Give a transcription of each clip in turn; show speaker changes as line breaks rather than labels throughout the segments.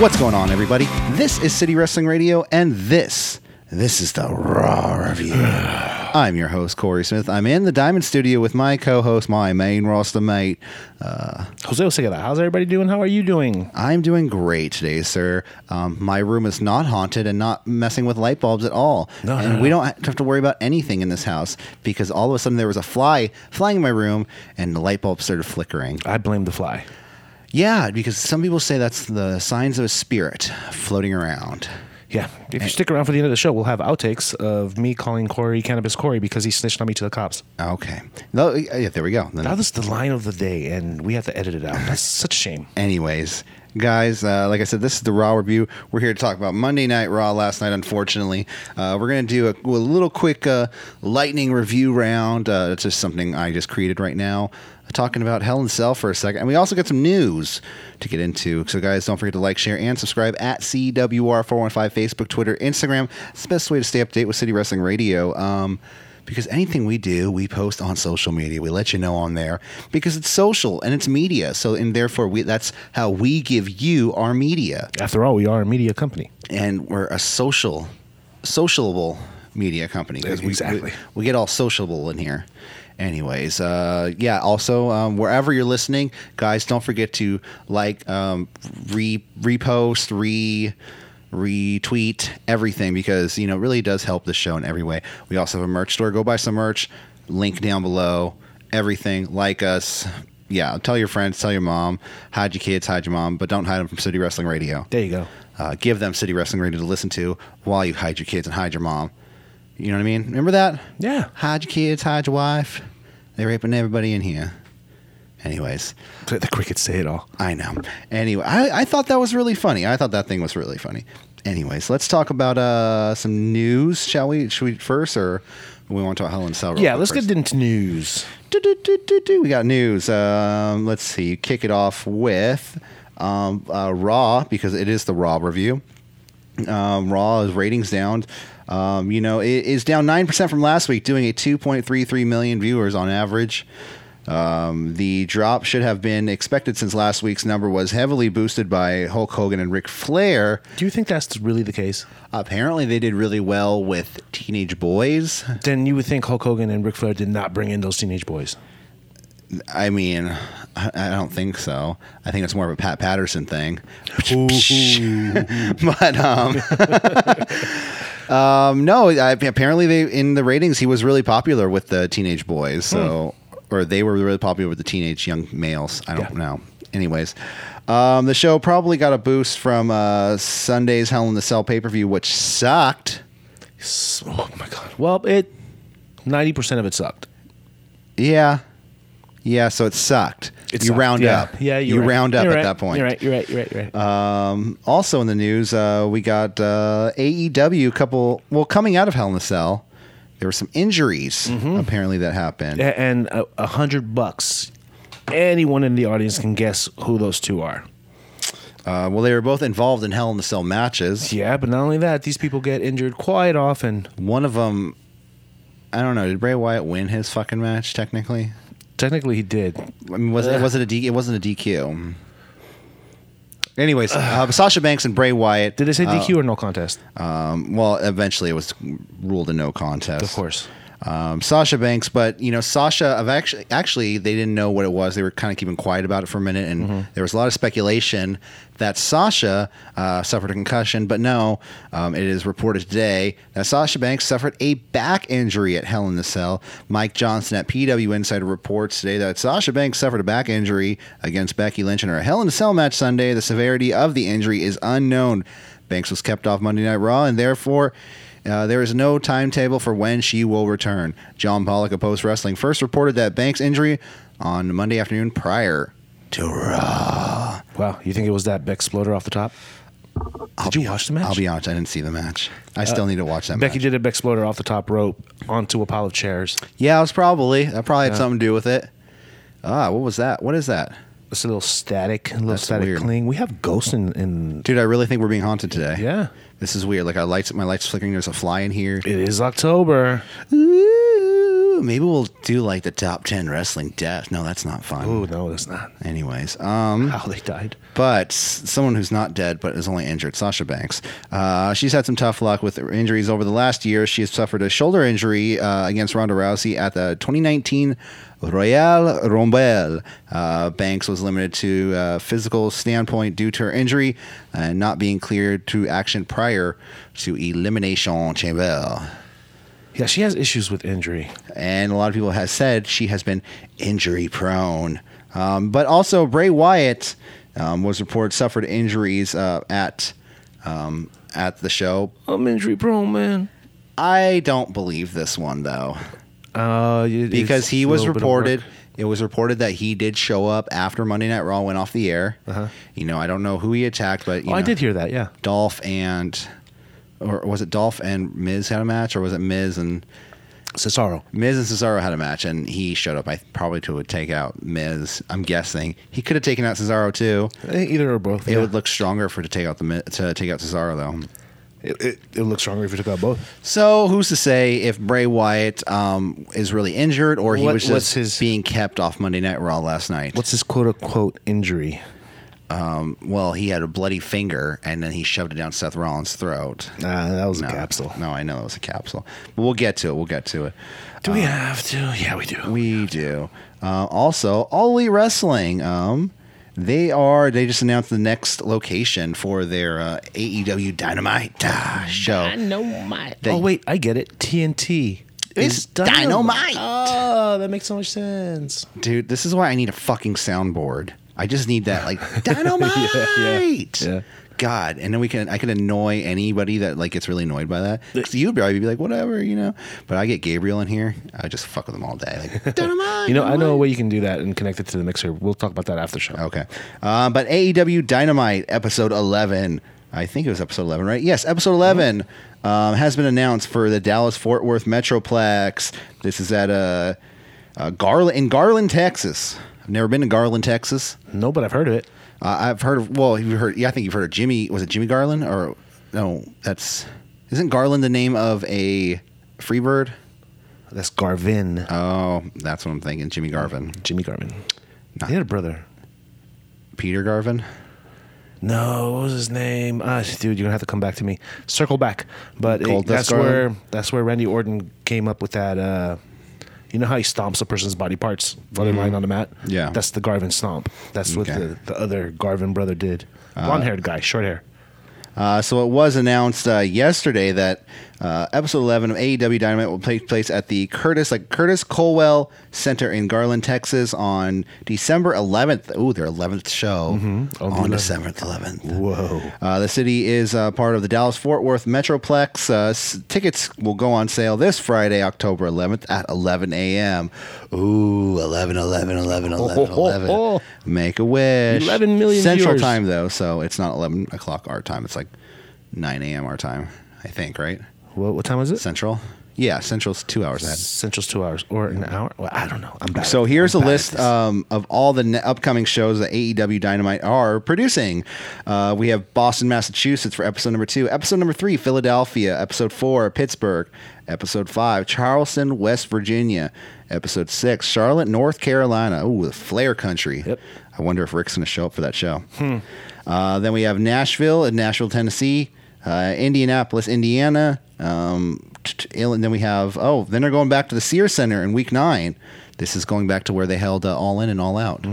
What's going on, everybody? This is City Wrestling Radio, and this, this is the Raw Review. I'm your host, Corey Smith. I'm in the Diamond Studio with my co-host, my main roster mate.
Jose Osegada, how's everybody doing? How are you doing?
I'm doing great today, sir. Um, my room is not haunted and not messing with light bulbs at all.
No,
and
no,
we don't have to worry about anything in this house because all of a sudden there was a fly flying in my room and the light bulb started flickering.
I blame the fly.
Yeah, because some people say that's the signs of a spirit floating around.
Yeah. If you stick around for the end of the show, we'll have outtakes of me calling Corey Cannabis Corey because he snitched on me to the cops.
Okay. No, yeah, there we go. Then-
Now this is the line of the day, and we have to edit it out. That's such a shame.
Anyways, guys, uh, like I said, this is the Raw review. We're here to talk about Monday Night Raw last night. Unfortunately, uh, we're gonna do a, a little quick uh, lightning review round. Uh, it's just something I just created right now, talking about Hell and Cell for a second, and we also got some news to get into. So, guys, don't forget to like, share, and subscribe at CWR415 Facebook, Twitter, Instagram. It's the best way to stay up to date with City Wrestling Radio. Um, because anything we do, we post on social media. We let you know on there because it's social and it's media. So, and therefore, we, that's how we give you our media.
After all, we are a media company.
And we're a social, sociable media company because
Exactly.
we, we get all sociable in here. Anyways, uh, yeah. Also, um, wherever you're listening, guys, don't forget to like, um, re repost, re retweet everything because you know it really does help the show in every way. We also have a merch store. Go buy some merch. Link down below. Everything. Like us. Yeah. Tell your friends. Tell your mom. Hide your kids. Hide your mom. But don't hide them from City Wrestling Radio
There you go.
uh, give them City Wrestling Radio to listen to while you hide your kids and hide your mom. You know what I mean? Remember that?
Yeah.
Hide your kids, hide your wife. They're raping everybody in here. Anyways,
The crickets say it all.
I know. Anyway, I, I thought that was really funny. I thought that thing was really funny. Anyways, let's talk about uh, some news, shall we? Should we first, or we want to talk Helen Cell? real
Yeah,
quick
let's
first?
get into news.
Do-do-do-do-do. We got news. Um, let's see. Kick it off with um, uh, Raw because it is the Raw review. Um, Raw is ratings down. Um, you know, it is down nine percent from last week, doing a two point three three million viewers on average. Um, the drop should have been expected since last week's number was heavily boosted by Hulk Hogan and Ric Flair.
Do you think that's really the case?
Apparently, they did really well with teenage boys.
Then you would think Hulk Hogan and Ric Flair did not bring in those teenage boys.
I mean, I I don't think so. I think it's more of a Pat Patterson thing. but um, um, no, I, apparently they in the ratings he was really popular with the teenage boys. So or they were really popular with the teenage young males. I don't
Hmm. Yeah.
know. Anyways, um, the show probably got a boost from uh, Sunday's Hell in the Cell pay per view, which sucked.
S- Oh my god. Well, it ninety percent of it sucked.
Yeah, yeah. So it sucked.
It
you
sucked,
round
yeah.
up.
Yeah,
you
you're right.
round up
You're
at
right.
that point.
You're right. You're right. You're right. You're right.
Um, also in the news, uh, we got uh, AEW couple. Well, coming out of Hell in a Cell, there were some injuries
Mm-hmm.
apparently that happened.
A- and a, a hundred bucks. Anyone in the audience can guess who those two are.
Uh, well, they were both involved in Hell in a Cell matches.
Yeah, but not only that, these people get injured quite often.
One of them, I don't know. Did Bray Wyatt win his fucking match? Technically,
Technically, he did.
I mean, was it
Ugh.
was it a D, it wasn't a DQ. Anyways, uh, Sasha Banks and Bray Wyatt.
Did they say
uh,
DQ or no contest?
Um, well, eventually it was ruled a no contest.
Of course.
um, Sasha Banks, but you know Sasha. Of actually, actually, they didn't know what it was. They were kind of keeping quiet about it for a minute, and there was a lot of speculation that Sasha uh, suffered a concussion. But no, um, it is reported today that Sasha Banks suffered a back injury at Hell in the Cell. Mike Johnson at PW Insider reports today that Sasha Banks suffered a back injury against Becky Lynch in her Hell in the Cell match Sunday. The severity of the injury is unknown. Banks was kept off Monday Night Raw, and therefore. Uh, there is no timetable for when she will return. John Pollock of Post Wrestling first reported that Banks' injury on Monday afternoon prior to Raw.
Wow, you think it was that Beck Sploder off the top? did you watch the match?
I'll be honest, I didn't see the match. I still need to watch that
Uh, Becky
match.
did a Beck Sploder off the top rope onto a pile of chairs.
Yeah, it was probably. That probably had something to do with it. Ah, what was that? What is that?
It's a little static, a little
That's
static
weird.
cling. We have ghosts in, in.
Dude, I really think we're being haunted today.
Yeah.
This is weird. Like, I lights, my light's flickering. There's a fly in here.
It is October.
Ooh, Ooh, maybe we'll do like the top ten wrestling deaths. No, that's not fun.
Oh no, that's not
Anyways, um,
how they died.
but s- someone who's not dead but is only injured, Sasha Banks. Uh, she's had some tough luck with injuries over the last year. She has suffered a shoulder injury uh, against Ronda Rousey at the 2019 Royal Rumble. Uh, Banks was limited to uh, physical standpoint due to her injury and not being cleared to action prior to Elimination Chamber.
Yeah, she has issues with injury.
and a lot of people have said she has been injury prone. Um, but also Bray Wyatt um, was reported suffered injuries uh, at um, at the show.
I'm injury prone, man.
I don't believe this one though
Uh, it-
because
it's
he
a
was
little bit of
reported.
work.
It was reported that he did show up after Monday Night Raw went off the air.
Uh-huh.
You know, I don't know who he attacked, but you
Oh, I
know,
did hear that. Yeah,
Dolph and or was it Dolph and Miz had a match, or was it Miz and
Cesaro.
Miz and Cesaro had a match, and he showed up. I probably to take out Miz. I'm guessing he could have taken out Cesaro too.
Eh, Either or both.
It
yeah.
would look stronger for to take out the Mi- to take out Cesaro though.
It, it, it looks stronger if you took out both.
So who's to say if Bray Wyatt um, is really injured or he
What-
was
what's
just
his-
being kept off Monday Night Raw last night?
What's his quote unquote injury?
Well, he had a bloody finger, and then he shoved it down Seth Rollins' throat.
Nah, that was
No.
a capsule.
No, I know it was a capsule, but we'll get to it. We'll get to it.
Do we have to? Yeah, Uh, we do.
We do. Uh, also, All Elite Wrestling. Um, they are. They just announced the next location for their uh, AEW Dynamite uh, show. They-
oh wait, I get it. TNT.
It's dynamite.
Oh, that makes so much sense.
Dude, this is why I need a fucking soundboard. I just need that like Dynamite.
yeah.
God, and then we can. I can annoy anybody that like gets really annoyed by that. Because you'd probably be like, whatever, you know. But I get Gabriel in here. I just fuck with him all day. Like Dynamite.
You know, I know a
Dynamite."
way you can do that and connect it to the mixer. We'll talk about that after the show.
Okay. Uh, but AEW Dynamite episode 11, I think it was episode 11, right? Yes, episode 11 um, has been announced for the Dallas Fort Worth Metroplex. This is at uh, uh, Garland, in Garland, Texas. I've never been to Garland, Texas.
No, but I've heard of it.
Uh, I've heard of, well, you've heard, yeah, I think you've heard of Jimmy, was it Jimmy Garland? Or, no, that's, isn't Garland the name of a Freebird?
That's Garvin,
Oh, that's what I'm thinking. Jimmy Garvin.
Uh, Jimmy Garvin.
Nah.
He had a brother.
Peter Garvin?
No, what was his name? Ah, dude, you're gonna have to come back to me. Circle back, but it-
Gold Dust
that's
Garland?
where that's where Randy Orton came up with that. Uh, you know how he stomps a person's body parts while they're lying on the mat?
Mm-hmm. Yeah.
that's the Garvin stomp. That's what
Okay.
the, the other Garvin brother did. Blonde-haired guy, short hair.
Uh, so it was announced uh, yesterday that uh, episode 11 of AEW Dynamite will take place at the Curtis like Curtis Colwell Center in Garland, Texas, on December 11th. Ooh, their 11th show
On
on,
the 11th.
December 11th.
Whoa.
Uh, the city is uh, part of the Dallas Fort Worth Metroplex. Uh, s- tickets will go on sale this Friday, October 11th at 11 a.m. Ooh, 11, 11, 11, 11,
Oh, Ho, ho,
11.
ho.
Make a wish.
11 million
Central
viewers.
time, though, so it's not 11 o'clock our time. It's like 9 a.m. our time, I think, right?
What, what time is it?
Central? Yeah, Central's two hours ahead.
Central's two hours or an hour? Well, I don't know. I'm bad.
So
at-
here's
I'm
a
bad at
list
this.
um, of all the ne- upcoming shows that AEW Dynamite are producing. Uh, we have Boston, Massachusetts for episode number two, episode number three, Philadelphia, episode four, Pittsburgh, episode five, Charleston, West Virginia, episode six, Charlotte, North Carolina. Ooh, the Flair Country.
Yep. Hmm.
I wonder if Rick's going to show up for that show. Uh, then we have Nashville in Nashville, Tennessee, uh, Indianapolis, Indiana. Um, t- t- and then we have, oh, then they're going back to the Sears Center in week nine. This is going back to where they held uh, All In and All Out.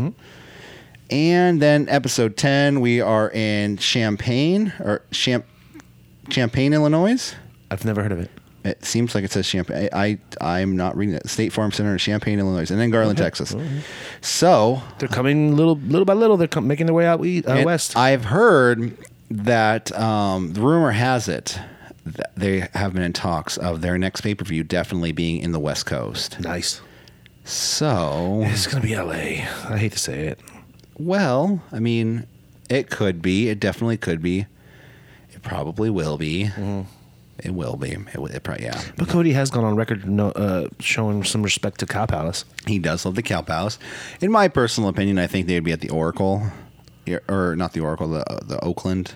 And then episode 10, we are in Champaign or Champ- Champaign, Illinois.
I've never heard of it.
It seems like it says Champaign. I, I, I'm not reading it. State Farm Center in Champaign, Illinois, and then Garland, Texas. So
They're coming little little by little. They're com- making their way out we- uh,
And
west.
I've heard that um, the rumor has it that they have been in talks of their next pay per view definitely being in the West Coast.
nice.
So,
It's gonna be L.A. I hate to say it.
well, I mean, it could be. It definitely could be. It probably will be. It will be. It, will- it probably yeah.
But Cody has gone on record no, uh, showing some respect to Cow Palace.
He does love the Cow Palace. In my personal opinion, I think they'd be at the Oracle, Yeah, or not the Oracle, the the Oakland,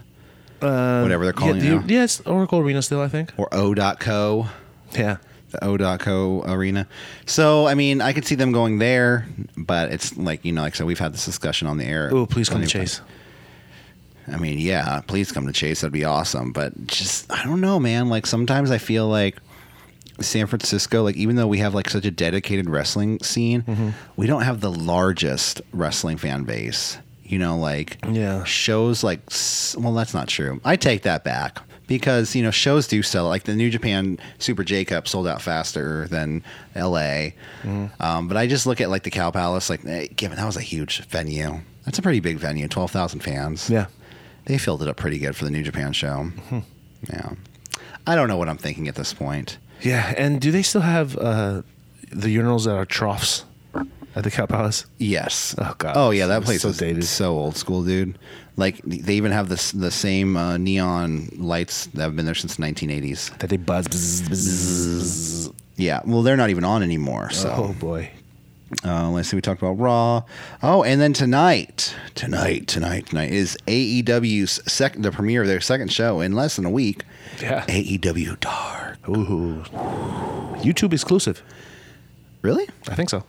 Uh,
Whatever they're calling
yeah,
it now.
Yes, Oracle Arena still, I think.
or O.co.
Yeah.
the O.co arena. So, I mean, I could see them going there, but it's like, you know, like I said, we've had this discussion on the air.
Oh, please come to
plenty of
Chase.
I mean, yeah, please come to Chase. That'd be awesome. But just, I don't know, man. Like, sometimes I feel like San Francisco, like, even though we have, like, such a dedicated wrestling scene, we don't have the largest wrestling fan base. You know, like,
Yeah.
shows like, s- well, that's not true. I take that back because, you know, shows do sell. Like, the New Japan Super J Cup sold out faster than LA. Um, but I just look at, like, the Cow Palace, like, eh, given that was a huge venue. That's a pretty big venue, 12,000 fans
Yeah.
they filled it up pretty good for the New Japan show.
Mm-hmm.
Yeah. I don't know what I'm thinking at this point.
Yeah. And do they still have uh, the urinals that are troughs at the Cow Palace?
Yes.
Oh, God.
Oh yeah, that
It's
place
so
is
dated.
so old school, dude. Like they even have this the same uh, neon lights that have been there since 1980s.
That they buzz. bzz, bzz.
Yeah. Well, they're not even on anymore.
Oh,
So
boy. Oh.
uh, let's see. We talked about Raw. Oh, and then tonight, tonight, tonight, tonight is AEW's second the premiere of their second show in less than a week.
Yeah.
AEW Dark.
Ooh. YouTube exclusive.
Really?
I think so.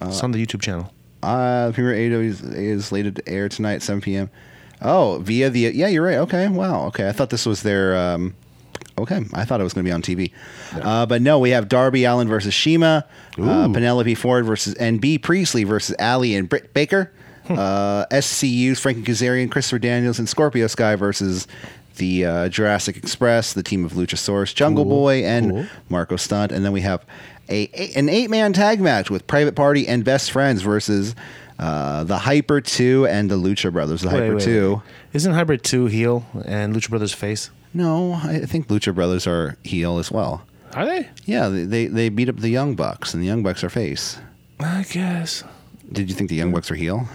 it's on the YouTube channel.
Uh, the premiere AEW is, is slated to air tonight, 7 p.m. Oh, via the yeah, you're right. Okay, wow. Okay, I thought this was their. Um, okay, I thought it was going to be on TV, uh, but no, we have Darby Allen versus Shima, uh, Penelope Ford versus NB Priestley versus Ali and Britt Baker, uh, SCU's Frankie Kazarian, Christopher Daniels, and Scorpio Sky versus. The uh, Jurassic Express, the team of Luchasaurus, Jungle Boy, and
cool.
Marco Stunt, and then we have a, a- an eight man tag match with Private Party and Best Friends versus uh, the Hyper Two and the Lucha Brothers. The
Wait,
Hyper
wait,
Two,
wait. Isn't Hybrid 2 heel and Lucha Brothers face?
no, I I think Lucha Brothers are heel as well.
Are they?
Yeah, they, they they beat up the Young Bucks, and the Young Bucks are face.
I guess.
Did you think the Young Bucks are heel?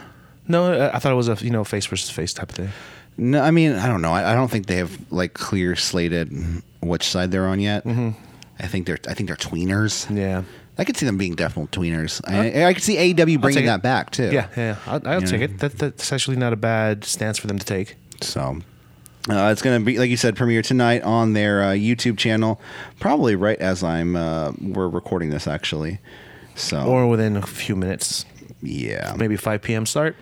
No, I- I thought it was a you know face versus face type of thing.
No, I mean I don't know. I, I don't think they have like clear slated which side they're on yet. I think they're I think they're tweeners.
Mm-hmm. Yeah.
I could see them being definitely tweeners. I, I could see AEW
take
bringing
it.
that back too.
Yeah, yeah. I'll, I'll
Yeah.
take it. That, that's actually not a bad stance for them to take.
So uh, it's going to be, like you said, premiere tonight on their uh, YouTube channel, probably right as I'm uh, we're recording this actually. So
Or within a few minutes,
yeah, Uh,
maybe 5 p.m. start.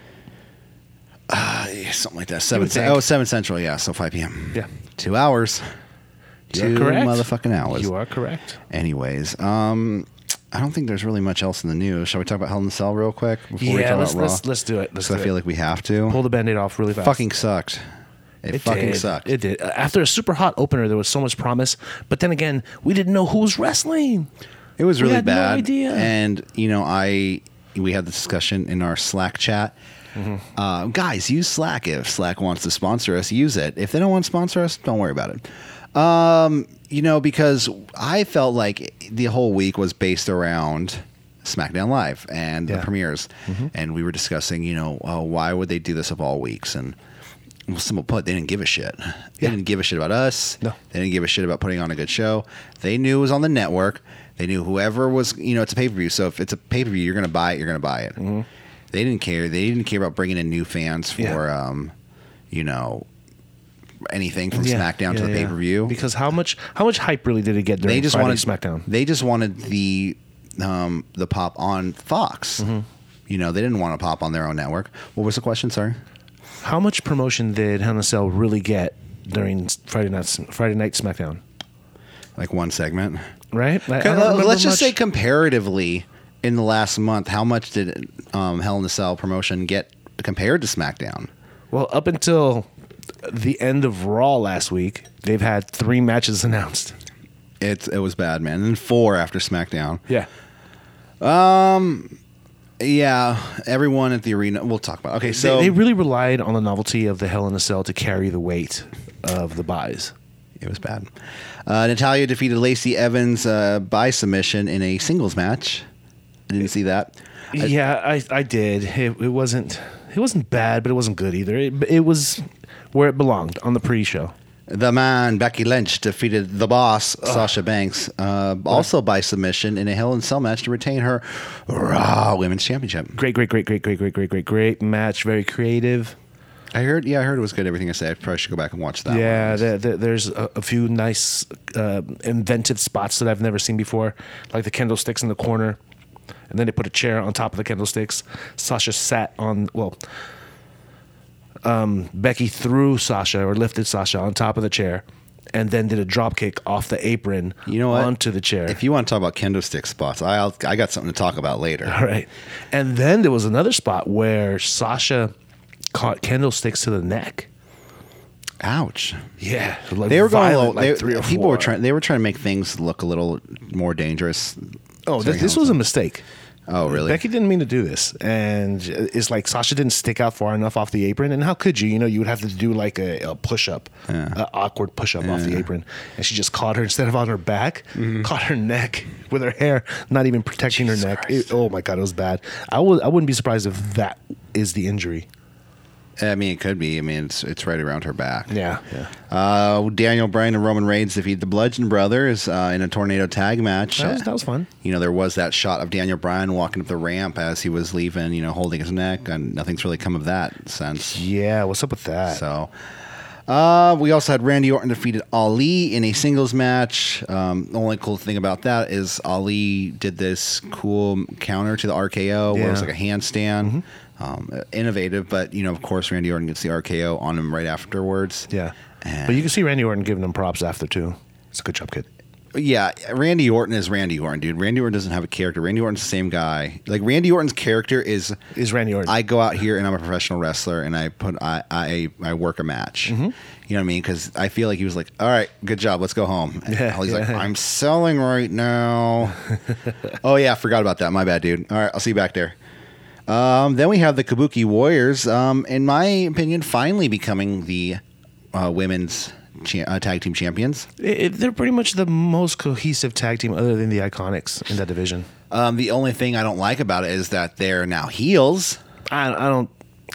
Yeah, something like that. Seven.
would
cen-
think.
oh, seven central. Yeah, so five p.m.
Yeah.
two hours.
You are
two
correct.
motherfucking hours.
You are correct.
Anyways, um, I don't think there's really much else in the news. Shall we talk about Hell in the Cell real quick before we
yeah,
talk
let's,
about
let's
Raw?
let's do it. Let's
So I
do
feel
it.
like we have to.
pull the band-aid off really fast.
fucking sucked. It, fucking
did.
sucked.
It did. After a super hot opener, there was so much promise, but then again, we didn't know who was wrestling.
It was
We
really
had no
bad.
idea.
And you know, I we had the discussion in our Slack chat. Uh, guys, use Slack if Slack wants to sponsor us. Use it. If they don't want to sponsor us, don't worry about it. Um, you know, because I felt like the whole week was based around SmackDown Live and
Yeah.
the premieres, and we were discussing, you know, uh, why would they do this of all weeks? And well, simple put, they didn't give a shit. They
Yeah.
didn't give a shit about us.
No.
They didn't give a shit about putting on a good show. They knew it was on the network. They knew whoever was, you know, it's a pay per view. So if it's a pay per view, you're going to buy it. You're going to buy it. They didn't care. They didn't care about bringing in new fans for,
Mm-hmm. Yeah.
um, you know, anything from
Yeah,
SmackDown to
yeah,
the
yeah.
pay per view.
Because how much how much hype really did it get during
they just
Friday
wanted
SmackDown?
They just wanted the um, the pop on Fox.
Mm-hmm.
You know, they didn't want to pop on their own network. What was the question? Sorry.
How much promotion did Hell in a Cell really get during Friday night Friday night SmackDown?
Like one segment.
Right? I- I don't
Uh,
remember
let's just
much.
say comparatively in the last month, how much did um, Hell in a Cell promotion get compared to SmackDown?
well, up until the end of Raw last week, they've had three matches announced.
It it was bad, man. And four after SmackDown.
Yeah.
Yeah, everyone at the arena. We'll talk about. Okay, so
they, they really relied on the novelty of the Hell in a Cell to carry the weight of the buys.
it was bad. Uh, Natalia defeated Lacey Evans uh, by submission in a singles match. I didn't see that. I-
yeah, I, I did. It, it wasn't it wasn't bad, but it wasn't good either. It, it was where it belonged on the pre-show.
The man Becky Lynch defeated the boss Sasha Banks, uh, also by submission in a Hell in a Cell match to retain her Raw Women's Championship.
Great, great, great, great, great, great, great, great, great match. Very creative.
I heard, yeah, I heard it was good. Everything I said, I probably should go back and watch that. one.
Yeah, there, there, there's a, a few nice uh, inventive spots that I've never seen before, like the candlesticks in the corner, and then they put a chair on top of the candlesticks. Sasha sat on well. Um, Becky threw Sasha or lifted Sasha on top of the chair, and then did a drop kick off the apron
You know what?
onto the chair.
If you want to talk about kendo stick spots, I'll, I got something to talk about later.
All right. And then there was another spot where Sasha caught candlesticks to the neck.
Ouch.
Yeah. Like
They were going.
violent,
they-
like three or
people
four.
were trying. They were trying to make things look a little more dangerous.
Oh, this, this was a mistake.
Oh, really?
Becky didn't mean to do this. And it's like Sasha didn't stick out far enough off the apron. And how could you? You know, you would have to do like a, a push up, an awkward push up off the apron. And she just caught her instead of on her back,
Mm-hmm.
caught her neck with her hair, not even protecting her neck. It- oh my God, it was bad. I, would, I wouldn't be surprised if that is the injury.
I mean, it could be. I mean, it's it's right around her back.
Yeah. Yeah.
Uh, Daniel Bryan and Roman Reigns defeat the Bludgeon Brothers uh, in a tornado tag match.
That was- that was fun.
You know, there was that shot of Daniel Bryan walking up the ramp as he was leaving. You know, holding his neck, and nothing's really come of that since.
Yeah. What's up with that?
So, uh, we also had Randy Orton defeated Ali in a singles match. Um, the only cool thing about that is Ali did this cool counter to the RKO where it was
Yeah. Mm-hmm.
like a handstand. Um, innovative, but you know, of course, Randy Orton gets the RKO on him right afterwards.
Yeah.
And-
But you can see Randy Orton giving him props after too. It's a good job, kid.
Yeah, Randy Orton is Randy Orton, dude. Randy Orton doesn't have a character. Randy Orton's the same guy. Like Randy Orton's character is
Is Randy Orton?
I go out here and I'm a professional wrestler and I put I I, I work a match.
Mm-hmm.
You know what I mean? Because I feel like he was like, all right, good job, let's go home. And
Yeah,
Ali's like,
yeah.
I'm selling right now. oh yeah, I forgot about that. My bad, dude. All right, I'll see you back there. Um, then we have the Kabuki Warriors. Um, in my opinion, finally becoming the uh, women's cha- uh, tag team champions.
It- it- they're pretty much the most cohesive tag team other than the Iconics in that division.
Um, the only thing I don't like about it is that they're now heels.
I, I don't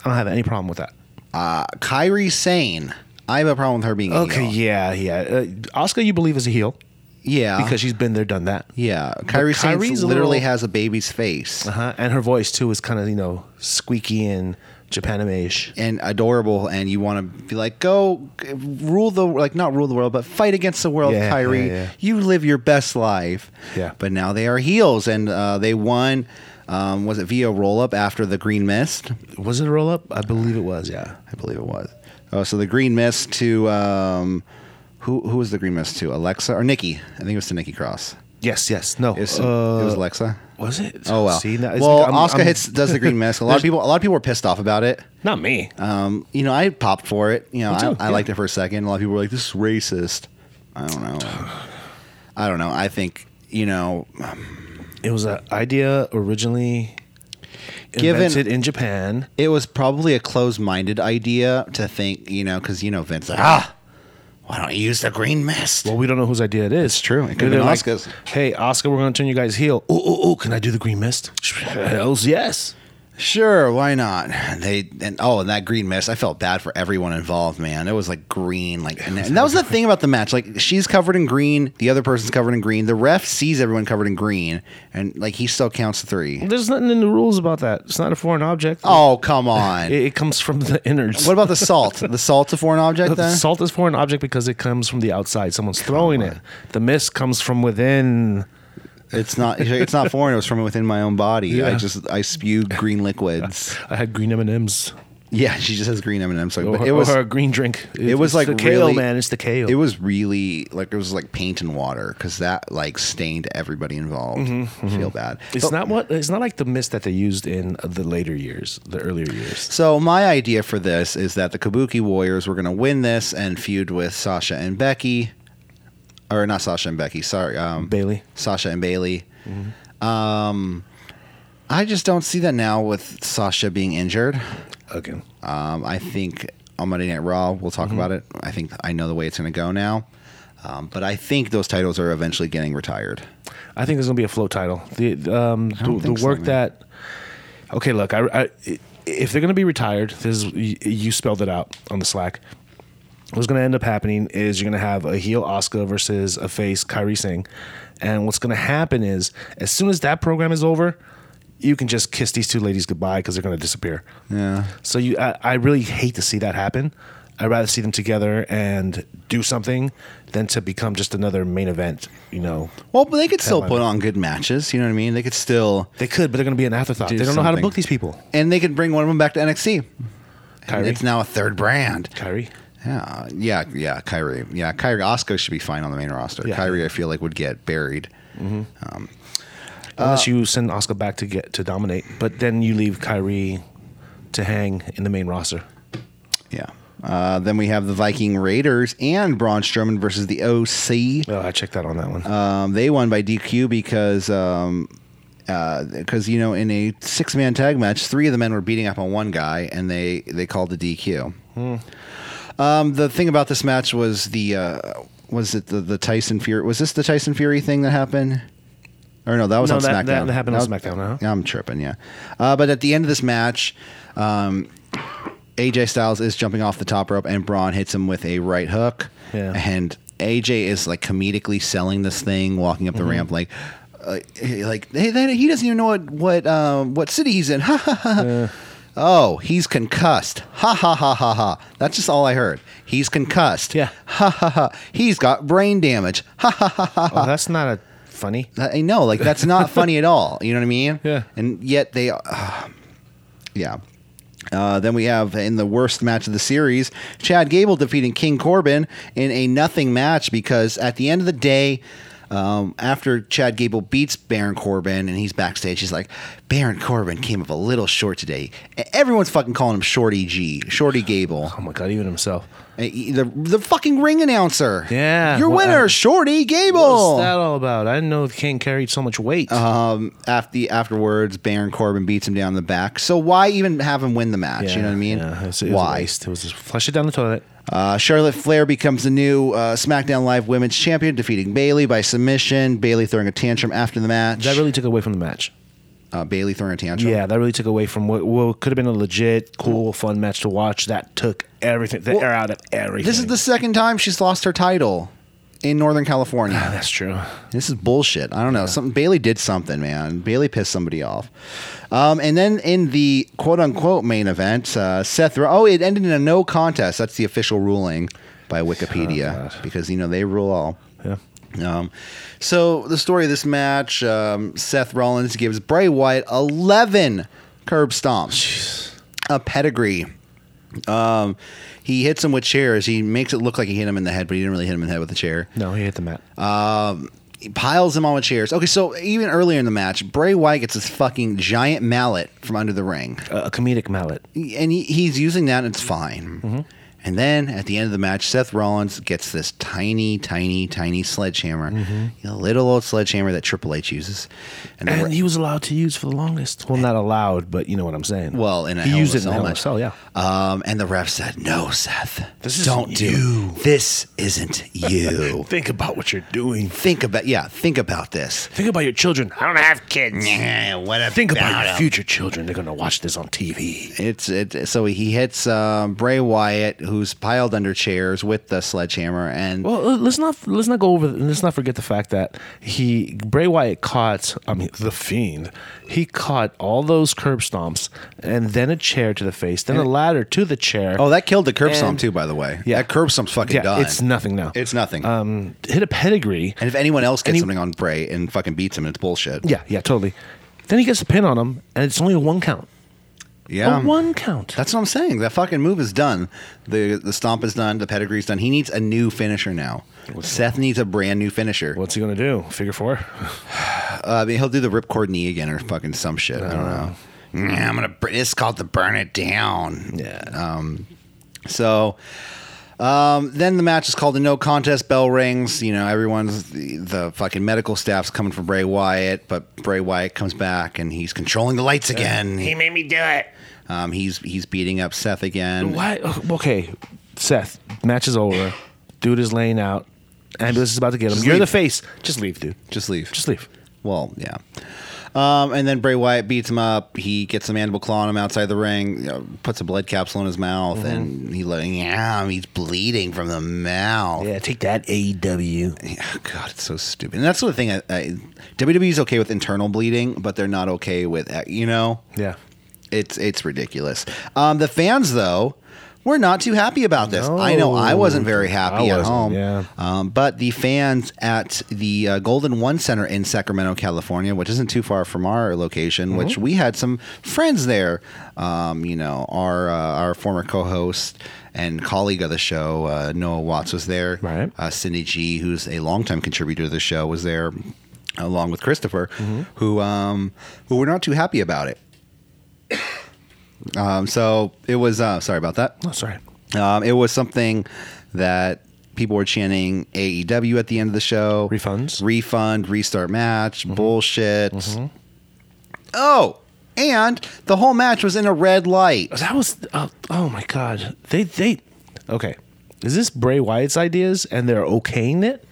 I don't have any problem with that.
Uh, Kyrie Sane, I have a problem with her being a
Okay,
heel.
yeah, yeah. Uh, Oscar, you believe is a heel
Yeah,
because she's been there, done that.
yeah, Kyrie Sane
Kyrie's a
literally
little-
has a baby's face
Uh-huh. And her voice too is kind of you know squeaky and Japanime-ish.
and adorable, and you want to be like, go g- rule the like not rule the world, but fight against the world,
Yeah,
Kyrie.
yeah, yeah.
You live your best life.
Yeah.
but now they are heels, and uh, they won. Um, was it via roll up after the Green Mist?
Was it a roll up? I believe it was. Yeah.
I believe it was. Oh, so the Green Mist to um, who? Who was the Green Mist to? Alexa or Nikki? I think it was to Nikki Cross.
Yes. Yes. No.
It was,
uh,
it was Alexa.
was it?
Oh well.
See, that is-
well,
I'm-
Oscar
I'm-
hits does the Green Mist. A lot of people, a lot of people were pissed off about it.
Not me.
Um, you know, I popped for it. You know,
Me
I,
too,
I
yeah.
liked it for a second. A lot of people were like, "This is racist." I don't know. I don't know. I think you know.
It was an idea originally
Given-
invented in Japan.
It was probably a closed-minded idea to think, you know, because you know Vince like, ah, why don't you use the green mist?
Well, we don't know whose idea it is. It's
true. It could've been Asuka's.
hey, Oscar, we're going to turn you guys heel. Ooh, ooh, ooh. Can I do the green mist? Hells yes.
Sure, why not? They and oh, and that green mist. I felt bad for everyone involved, man. It was like green, like and, and that was the thing about the match. Like she's covered in green, the other person's covered in green. The ref sees everyone covered in green, and like he still counts to three.
There's nothing in the rules about that. It's not a foreign object.
Oh, come on.
It, it comes from the innards.
what about the salt? The salt's a foreign object
The
then?
salt is foreign object because it comes from the outside. Someone's throwing it. The mist comes from within.
It's not it's not foreign, it was from within my own body. I
Yeah.
just I spew green liquids.
I had green M and M's.
Yeah, she just has green M&M's. So, but
Or,
it was
or a green drink.
it was
it's
like
the kale,
really-
man. It's the kale.
It was really like it was like paint and water because that like stained everybody involved. I feel bad.
Mm-hmm, It's
But-
not what. It's not like the mist that they used in the later years, the earlier years.
So my idea for this is that the Kabuki Warriors were going to win this and feud with Sasha and Becky, or not Sasha and Becky. Sorry, um,
Bailey.
Sasha and Bailey.
Mm-hmm.
Um, I just don't see that now with Sasha being injured.
Okay.
Um, I think on Monday Night Raw, we'll talk
Mm-hmm.
about it. I think I know the way it's going to go now. Um, but I think those titles are eventually getting retired.
I think there's gonna be a float title. The um, the,
don't
the
think so,
work
man.
that. Okay, look, I, I if they're gonna be retired, this is, you, you spelled it out on the Slack. What's gonna end up happening is you're gonna have a heel Oscar versus a face Kyrie Singh, and what's gonna happen is as soon as that program is over, you can just kiss these two ladies goodbye because they're going to disappear.
Yeah.
So you, I, I really hate to see that happen. I'd rather see them together and do something than to become just another main event. You know,
Well, but they could still
Headliner.
put on good matches. You know what I mean? They could still.
they could, but they're going to be an afterthought.
Do
they don't know how to
something.
book these people.
And they could bring one of them back to NXT. And
Kyrie.
It's now a third brand.
Kyrie.
Yeah, yeah, yeah. Kyrie, yeah, Kyrie. Oscar should be fine on the main roster.
Yeah.
Kyrie, I feel like would get buried.
Unless you send Oscar back to get to dominate, but then you leave Kyrie to hang in the main roster.
Yeah. Uh, then we have the Viking Raiders and Braun Strowman versus the OC.
Oh, I checked out on that one.
Um, they won by DQ because um, uh, cause, you know in a six man tag match, three of the men were beating up on one guy, and they they called the DQ.
Hmm.
Um, the thing about this match was the uh, was it the, the Tyson Fury? Was this the Tyson Fury thing that happened? Or no, that was
No,
on
that-
SmackDown.
that happened
was-
on SmackDown, huh?
Yeah, I'm tripping. Yeah, uh, but at the end of this match, um, AJ Styles is jumping off the top rope, and Braun hits him with a right hook.
Yeah.
And AJ is like comedically selling this thing, walking up
Mm-hmm.
the ramp like, uh, he- like hey, that, he doesn't even know what what uh, what city he's in. Ha ha ha. Oh, he's concussed. Ha ha ha ha ha. That's just all I heard. He's concussed.
Yeah.
Ha ha ha. He's got brain damage. Ha ha ha ha.
oh, that's not a funny.
I know, like that's not funny at all. You know what I mean?
Yeah.
And yet they, uh, yeah. Uh, then we have in the worst match of the series, Chad Gable defeating King Corbin in a nothing match because at the end of the day, um, after Chad Gable beats Baron Corbin and he's backstage, he's like, Baron Corbin came up a little short today. E- Everyone's fucking calling him Shorty G, Shorty Gable.
Oh my god, even himself.
Uh, e- The, the fucking ring announcer.
Yeah,
Your
well,
winner,
I-
Shorty Gable.
What's that all about? I didn't know King carried so much weight.
Um, after the afterwards, Baron Corbin beats him down the back. So why even have him win the match? you know what I mean?
Yeah, it was, it was a
why?
waste. It was just flush it down the toilet.
Uh, Charlotte Flair becomes the new uh, SmackDown Live Women's Champion, defeating Bailey by submission. Bailey throwing a tantrum after the match.
That really took away from the match.
uh, Bailey throwing a tantrum.
Yeah, that really took away from what, what could have been a legit, cool, fun match to watch. That took everything, the
Well,
air out of everything.
This is the second time she's lost her title in Northern California.
That's true.
This is bullshit. I don't know. Something Bailey did something, man. Bailey pissed somebody off. Um, and then in the quote unquote main event, uh, Seth. Ro- oh, it ended in a no contest. That's the official ruling by Wikipedia because you know they rule all.
Yeah.
Um, so the story of this match: um, Seth Rollins gives Bray Wyatt eleven curb stomps, a pedigree. Um, he hits him with chairs. He makes it look like he hit him in the head, but he didn't really hit him in the head with the chair
No, he hit the mat.
he piles him on with chairs. Okay, so even earlier in the match, Bray Wyatt gets this fucking giant mallet from under the ring,
a a comedic mallet.
and he, he's using that, and it's fine.
Mm-hmm.
And then at the end of the match, Seth Rollins gets this tiny, tiny, tiny sledgehammer, a little old sledgehammer that Triple H uses, and, the
Mm-hmm. And
re-
he was allowed to use for the longest. Well, not allowed, but you know what I'm saying.
well, in a
he
Hell
used
in
it in
a
the
Cell
Hell in a
match.
Cell, yeah.
Um, and the ref said, "No, Seth,
This isn't
don't do
you."
this. Isn't you?
Think about what you're doing.
think about yeah, think about this.
Think about your children. I don't have kids.
what a
Think about your future children. They're gonna watch this on TV.
It's it. So he hits um, Bray Wyatt, who's piled under chairs with the sledgehammer, and
Well, l- let's not let's not go over. Let's not forget the fact that he Bray Wyatt caught. I mean, the fiend. He caught all those curb stomps, and then a chair to the face, then a ladder to the chair.
oh, that killed the curb stomp
And-
too. By the way,
Yeah.
that curb stomp's fucking
yeah,
done.
it's nothing now.
It's nothing.
um, hit a pedigree.
and if anyone else gets
he-
something on Bray and fucking beats him, it's bullshit.
Yeah, yeah, totally. Then he gets a pin on him, and it's only a one count. Um,
yeah.
a one count.
That's what I'm saying. That fucking move is done. The the stomp is done. The pedigree's done. He needs a new finisher now. Seth needs a brand new finisher.
What's he gonna do? Figure four.
Uh, I mean, he'll do the ripcord knee again or fucking some shit. I don't
Uh-huh.
know. Yeah, I'm gonna. br- It's called the burn it down. Um,
Yeah.
So um, then the match is called a no contest. Bell rings. You know, everyone's the, the fucking medical staff's coming for Bray Wyatt, but Bray Wyatt comes back and he's controlling the lights again.
He made me do it.
um, he's he's beating up Seth again.
Why? oh, Okay, Seth. Match is over. Dude is laying out. Ambulance is about to get him.
Just
You're
leave.
the face. Just leave, dude.
Just leave.
Just leave.
Well, yeah. Um, and then Bray Wyatt beats him up. He gets the mandible claw on him outside the ring, you know, puts a blood capsule in his mouth, and he like, yeah, he's bleeding from the mouth.
Yeah, take that E AEW.
Yeah, God, it's so stupid. And that's the thing. I, I, WWE is okay with internal bleeding, but they're not okay with uh, you know.
Yeah.
It's it's ridiculous. Um, the fans though were not too happy about this. I know I wasn't very happy
I
at
wasn't,
home.
yeah.
Um, but the fans at the uh, Golden One Center in Sacramento, California, which isn't too far from our location,
Mm-hmm.
which we had some friends there. Um, you know, our uh, our former co-host and colleague of the show, uh, Noah Watts, was there.
Right.
Uh, Cindy G, who's a longtime contributor to the show, was there along with Christopher,
Mm-hmm.
who um, who were not too happy about it. Um, so it was uh, sorry about that.
Oh, sorry.
Um, it was something that people were chanting AEW at the end of the show.
Refunds. Mm-hmm.
Refund, restart match, bullshit. Oh, and the whole match was in a red light.
That was uh, oh my god. They they okay. Is this Bray Wyatt's ideas and they're okaying it,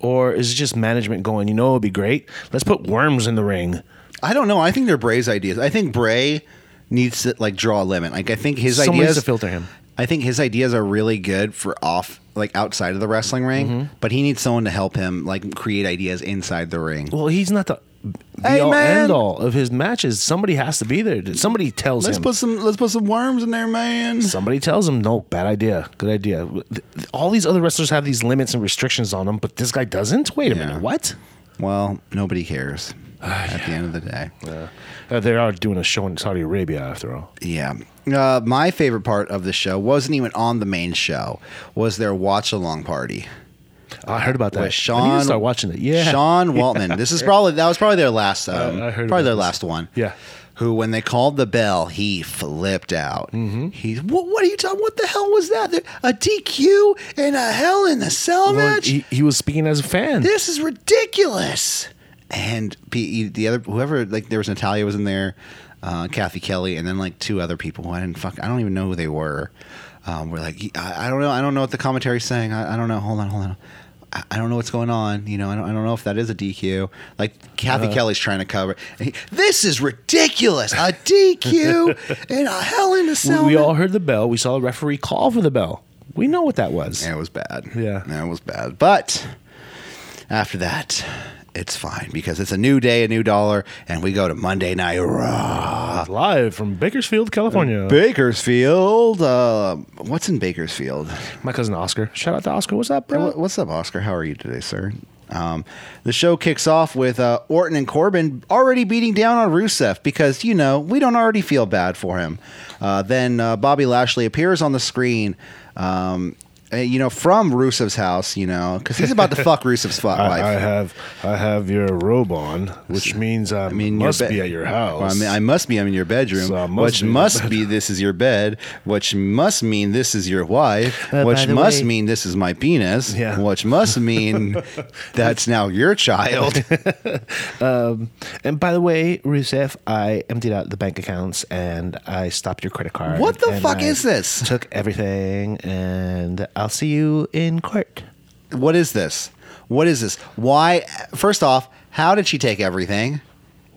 or is it just management going? You know, it'd be great. Let's put worms in the ring.
I don't know. I think they're Bray's ideas. I think Bray needs to like draw a limit. Like I think his
Someone needs
ideas
to filter him.
I think his ideas are really good for off like outside of the wrestling ring,
Mm-hmm.
but he needs someone to help him like create ideas inside the ring.
Well, he's not the be
Hey,
all
man.
end all of his matches. Somebody has to be there. Somebody tells
Let's
him.
put some let's put some worms in there, man.
Somebody tells him, no, bad idea, good idea. Th- th- All these other wrestlers have these limits and restrictions on them, but this guy doesn't? Wait a
Yeah.
minute, what?
Well, nobody cares at the end of the day.
Uh, they are doing a show in Saudi Arabia after all.
Yeah. Uh, my favorite part of the show wasn't even on the main show. Was their watch along party
I heard about that.
with
I need
Sean?
to start watching it. Yeah.
Sean Waltman. This is probably that was probably their last. Um,
I
probably
heard about
their
this.
last one.
Yeah.
Who, when they called the bell, he flipped out. Mm-hmm. He's what? What are you talking? What the hell was that? There- A DQ and a Hell in the Cell
Well,
match?
he, he was speaking as a fan.
this is ridiculous. And P- E, the other, whoever, like there was Natalia was in there, uh, Kathy Kelly, and then like two other people. who I didn't fuck. I don't even know who they were. Um, we're like, I, I don't know. I don't know what the commentary's saying. I, I don't know. Hold on, hold on. I, I don't know what's going on. You know, I don't, I don't know if that is a DQ. Like
Uh.
Kathy Kelly's trying to cover. and he- this is ridiculous. A DQ and a hell in a
we,
cell.
we
match."
all heard the bell. We saw a referee call for the bell. We know what that was.
Yeah, it was bad.
Yeah.
it was bad. But after that, it's fine because it's a new day, a new dollar, and we go to Monday Night Raw.
Live from Bakersfield, California.
Bakersfield. Uh, what's in Bakersfield?
My cousin Oscar. Shout out to Oscar. What's up,
Hey,
bro?
wha- What's up, Oscar? How are you today, sir? Um, the show kicks off with uh, Orton and Corbin already beating down on Rusev because, you know, we don't already feel bad for him. Uh, then uh, Bobby Lashley appears on the screen, um, uh, you know, from Rusev's house, you know, because he's about to fuck Rusev's fuck
I,
wife.
I have I have your robe on, which means I,
your
must
bed-
be at your house.
Well, I, mean, I must be. I'm in your bedroom,
So I must
which
be in your
must be this is your bed, which must mean this is your wife,
Uh, by
which
the
must
way-
mean this is my penis,
Yeah.
which must mean that's now your child.
And by the way, Rusev, I emptied out the bank accounts and I stopped your credit card.
What the
and
fuck
I
is this?
Took everything, and I'll see you in court.
what is this? What is this? Why? First off, how did she take everything?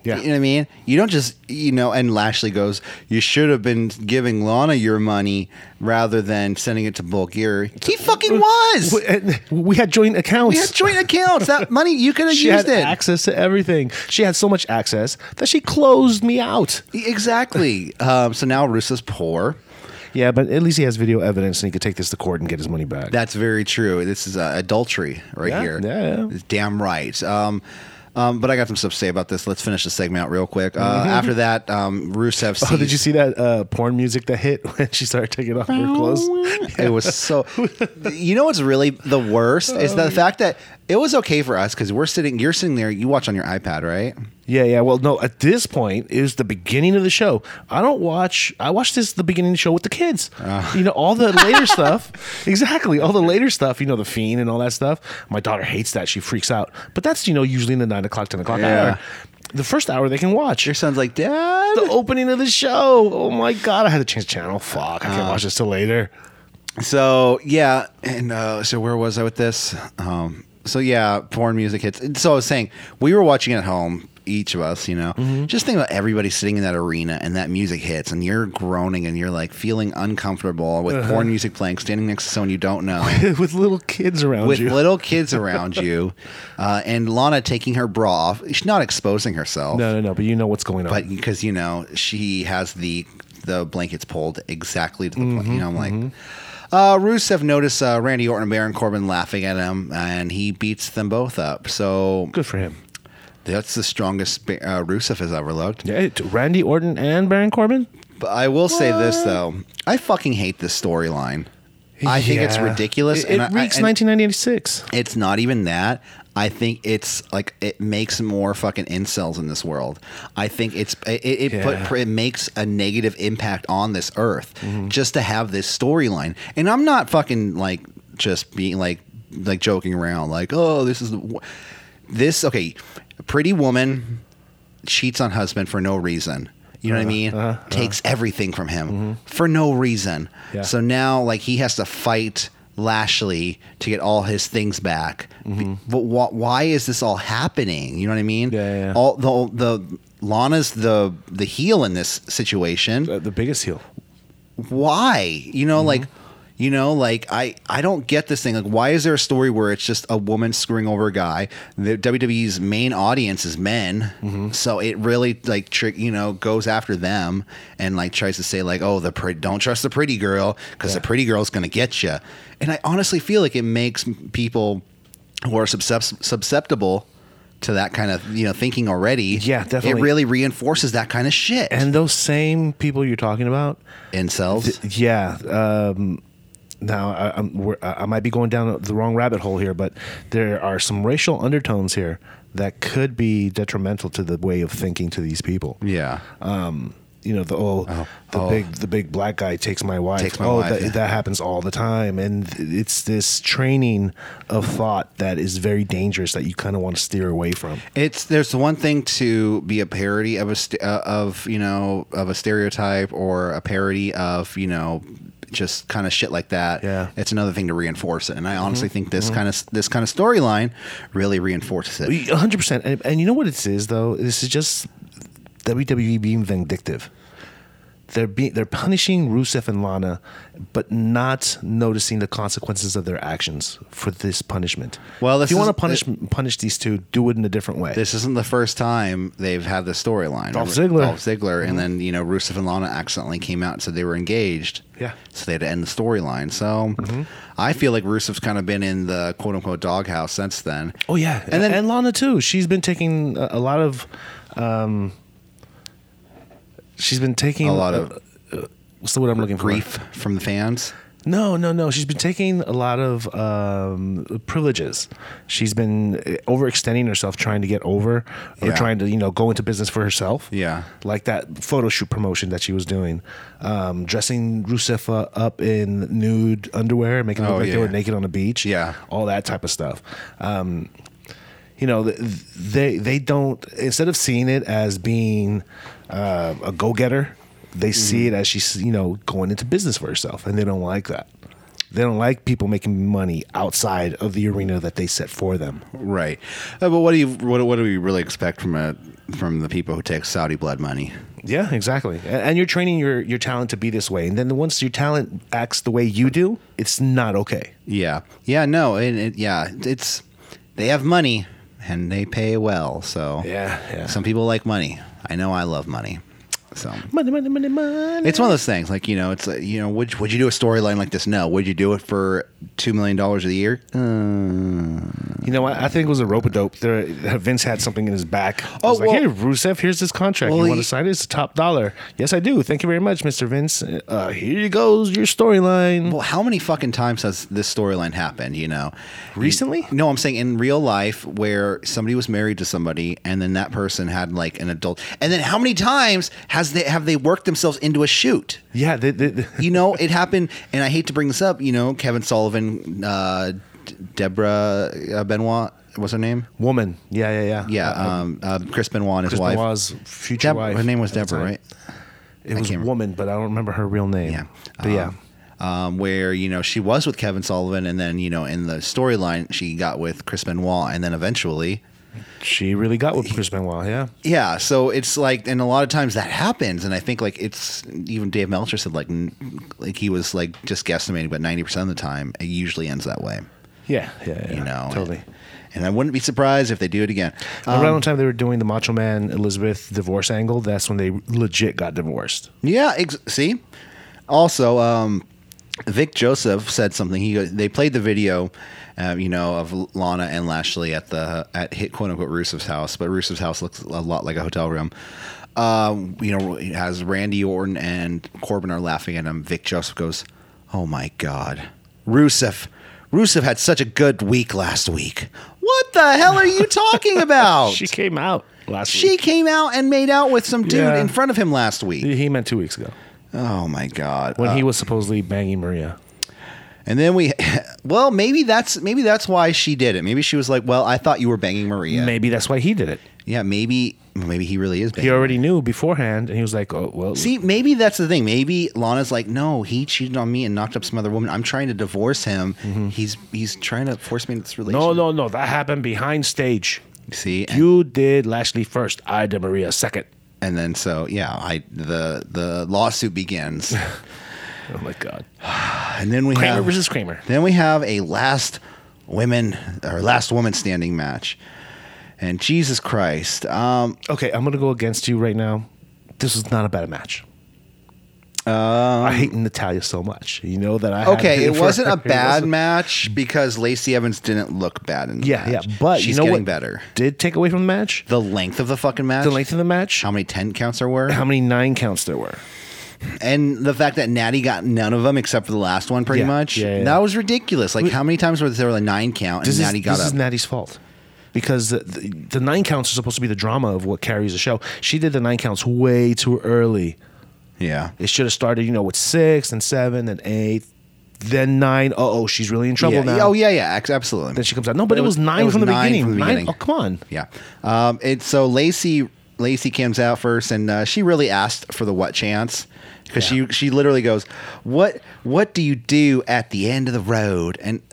Yeah.
You know what I mean? You don't just, you know, and Lashley goes, you should have been giving Lana your money rather than sending it to Bulgari. He fucking was.
We- and We had joint accounts.
We had joint accounts. That money you could have
she
used
had
it.
access to everything. She had so much access that she closed me out.
exactly. Um, so now Rusev's poor.
Yeah, but at least he has video evidence, and he could take this to court and get his money back.
That's very true. This is uh, adultery right
Yeah,
here.
yeah, yeah.
It's damn right. Um, um, but I got some stuff to say about this. Let's finish the segment out real quick. Uh, After that, um, Rusev. Sees,
Mm-hmm. Oh, did you see that uh, porn music that hit when she started taking off her clothes?
It was so. You know what's really the worst is the fact that it was okay for us because we're sitting. You're sitting there. You watch on your iPad, right?
Yeah, yeah. Well, no, at this point it was the beginning of the show. I don't watch I watch this the beginning of the show with the kids. You know, all the later stuff. Exactly. All the later stuff, you know, the fiend and all that stuff. My daughter hates that. She freaks out. But that's, you know, usually in the nine o'clock, ten o'clock
Yeah.
hour. The first hour they can watch.
Your son's like, Dad.
The opening of the show. Oh my god, I had to change the channel. Fuck. I can't watch this till later.
So yeah, and uh, so where was I with this? Um, so yeah, porn music hits. So I was saying we were watching at home each of us, you know, just think about everybody sitting in that arena and that music hits and you're groaning and you're like feeling uncomfortable with porn music playing, standing next to someone you don't know
with little kids around
with
you.
little kids around you, uh, and Lana taking her bra off. She's not exposing herself,
no, no, no. But you know what's going on.
but because you know she has the the blankets pulled exactly to the point. You know, I'm
Mm-hmm,
like. Uh, Rusev noticed uh, Randy Orton and Baron Corbin laughing at him, and he beats them both up. So
Good for him.
that's the strongest Ba- uh, Rusev has ever looked.
Yeah, it- Randy Orton and Baron Corbin.
But I will say this though, I fucking hate this storyline. I think it's
Yeah.
ridiculous.
It, it
and I- I-
reeks
and-
1996.
It's not even that. I think it's like it makes more fucking incels in this world. I think it's it, it
Yeah.
put it makes a negative impact on this earth just to have this storyline. And I'm not fucking like just being like like joking around like oh this is the w-" this okay pretty woman cheats on husband for no reason. You know what I mean? Takes everything from him for no reason.
Mm-hmm. Yeah.
So now, like, he has to fight Lashley to get all his things back. B- But wh- why is this all happening? You know what I mean?
Mm-hmm. Yeah, yeah, yeah.
All the the Lana's the the heel in this situation
Uh, the biggest heel.
why you know
Mm-hmm.
like you know like i i don't get this thing like why is there a story where it's just a woman screwing over a guy the wwe's main audience is men
Mm-hmm.
so it really like trick you know goes after them and like tries to say like oh the pre- don't trust the pretty girl because the pretty girl's gonna get you and i honestly feel like it makes m- people who are suscept- susceptible to that kind of you know thinking already
Yeah, definitely.
it really reinforces that kind of shit
And those same people you're talking about,
incels
yeah. Um, now I, I'm, we're, I I might be going down the wrong rabbit hole here, but there are some racial undertones here that could be detrimental to the way of thinking to these people.
yeah
um, you know the oh, the
oh.
big the big black guy takes my wife.
Takes my
oh,
wife,
that,
yeah.
that happens all the time, and th- it's this training of thought that is very dangerous that you kind of want to steer away from.
It's there's one thing to be a parody of a st- uh, of you know of a stereotype or a parody of you know just kind of shit like that.
Yeah. Mm-hmm.
it's another thing to reinforce it. And I honestly think this kind of this kind of storyline really reinforces it.
One hundred percent, and and you know what it is though. This is just WWE being vindictive. They're being they're punishing Rusev and Lana, but not noticing the consequences of their actions for this punishment.
Well,
if
this
you want to
is-
punish punish these two, do it in a different way.
This isn't the first time they've had this storyline.
Dolph Ziggler. Mm-hmm.
Dolph Ziggler, and then you know Rusev and Lana accidentally came out and said they were engaged.
Yeah. Mm-hmm.
so they had to end the storyline. So I feel like Rusev's kind of been in the quote unquote doghouse since then.
Oh yeah,
And
and
then-
then and Lana too. She's been taking a, a lot of, um, she's been taking
a lot of
what's the word I'm looking
grief from the fans.
for? No, no, no. She's been taking a lot of um, privileges. She's been uh, overextending herself, trying to get over, or
Yeah.
trying to you know go into business for herself.
Yeah.
like that photo shoot promotion that she was doing, um, dressing Rusefa up in nude underwear, making it
Oh,
look like
yeah.
they were naked on the beach.
Yeah.
all that type of stuff. Um, you know, th- they they don't instead of seeing it as being uh, a go getter, they see it as she's you know going into business for herself, and they don't like that. They don't like people making money outside of the arena that they set for them.
Right, uh, but what do you what, what do we really expect from a from the people who take Saudi blood money?
Yeah, exactly. A- And you're training your your talent to be this way, and then once your talent acts the way you do, it's not okay.
Yeah, yeah, no, and it, yeah, it's they have money and they pay well. So
Yeah, yeah.
some people like money. I know I love money. So
Money, money, money, money.
it's one of those things. Like you know, it's like, you know, would would you do a storyline like this? No, would you do it for two million dollars a year?
You know, I, I think it was a rope a dope. There, Vince had something in his back.
Oh,
Oh, was like,
well-
hey, Rusev, here's this contract.
Well,
you want
he-
to sign it? It's a top dollar. Yes, I do. Thank you very much, Mr. Vince. Uh, here you goes your storyline.
Well, how many fucking times has this storyline happened? You know,
Recently?
You- no, I'm saying in real life where somebody was married to somebody and then that person had like an adult. And then how many times has they have they worked themselves into a shoot?
yeah, they, they, they-
You know, it happened. And I hate to bring this up. You know, Kevin Sullivan, uh, D- Deborah uh, Benoit, what's her name?
woman. Yeah, yeah, yeah.
Yeah,
Uh,
um, uh, Chris Benoit and his
Chris
wife.
Benoit's future
Deb-
wife.
her name was
at the
Deborah,
time.
right?
It was
can't rem-
woman, but I don't remember her real name.
Yeah.
but yeah.
Um, um, where you know she was with Kevin Sullivan, and then you know in the storyline she got with Chris Benoit, and then eventually
She really got with Chris Benoit. Yeah.
Yeah, so it's like, and a lot of times that happens, and I think like it's even Dave Meltzer said like, n- like he was like just guesstimating, but ninety percent of the time it usually ends that way,
Yeah. Yeah. yeah
you know.
Totally.
And, and I wouldn't be surprised if they do it again. Um,
Around the time they were doing the Macho Man Elizabeth divorce angle, that's when they legit got divorced.
yeah, ex- see. Also, um, Vic Joseph said something. He goes, they played the video, uh, you know, of Lana and Lashley at the at hit quote unquote Rusev's house, but Rusev's house looks a lot like a hotel room. Um, you know, it has Randy Orton and Corbin are laughing at him. Vic Joseph goes, "Oh my God, Rusev." Rusev had such a good week last week. What the hell are you talking about?
She came out last
She came out and made out with some dude
Yeah.
in front of him last week.
He meant two weeks ago
Oh my god.
when
Uh,
he was supposedly banging Maria.
and then we well, maybe that's maybe that's why she did it. Maybe she was like, "Well, I thought you were banging Maria."
Maybe that's why he did it.
Yeah, maybe maybe he really is
He
banging.
already knew beforehand, and he was like, "Oh well."
See, maybe that's the thing. Maybe Lana's like, "No, he cheated on me and knocked up some other woman. I'm trying to divorce him. He's he's trying to force me into this relationship."
Mm-hmm. no, no, no. That happened behind stage.
See, and,
You did Lashley first. I did Maria second.
and then so yeah, I the the lawsuit begins,
Oh my god.
and then we
Kramer
have
versus Kramer.
Then we have a last women or last woman standing match. And Jesus Christ. Um,
Okay, I'm gonna go against you right now. This is not a bad match. I hate Natalia so much. You know that I. had
Um, okay,
her
it
for-
wasn't a bad
wasn't-
match because Lacey Evans didn't look bad in the
Yeah, yeah,
match.
but
she's
you know
getting
what
better.
Did take away from the match
The length of the fucking match.
the length of the match,
how many ten counts there were,
how many nine counts there were.
and the fact that Natty got none of them except for the last one, pretty
Yeah,
much.
yeah, yeah.
That was ridiculous. Like, how many times was there a nine count and
This,
Natty
is,
got
this
up?
is Natty's fault because the, the, the nine counts are supposed to be the drama of what carries the show. She did the nine counts way too early.
yeah,
It should have started, you know, with six and seven and eight, then nine. Uh oh, she's really in trouble
yeah.
now.
Oh yeah, yeah, ex- absolutely.
Then she comes out. No, but it, was, nine,
it was
from, the
nine from the
beginning. Nine.
beginning.
Oh, come on.
Yeah. Um, it's so Lacey Lacey comes out first, and uh, she really asked for the what chance because she she literally goes, "What what do you do at the end of the road?" And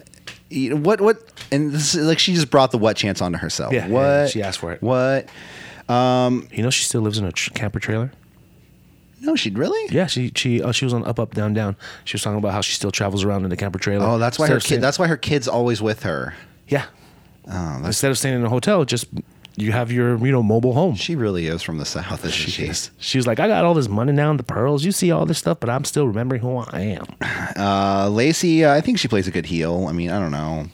you know, what what and this, is- like she just brought the what chance onto herself.
Yeah, yeah,
what
she asked for it.
What?
You know, she still lives in a tr- camper trailer.
No, she really.
Yeah, she she uh, she was on Up Up Down Down. She was talking about how she still travels around in the camper trailer.
Oh, that's why her
Instead
kid. Oh,
of
That's why her kid's always with her.
staying- yeah. Instead of staying in a hotel, just you have your you know mobile home.
She really is from the south, isn't she?
She was like, I got all this money now in the pearls. You see all this stuff, but I'm still remembering who I am.
Uh, Lacey, uh, I think she plays a good heel. I mean, I don't know.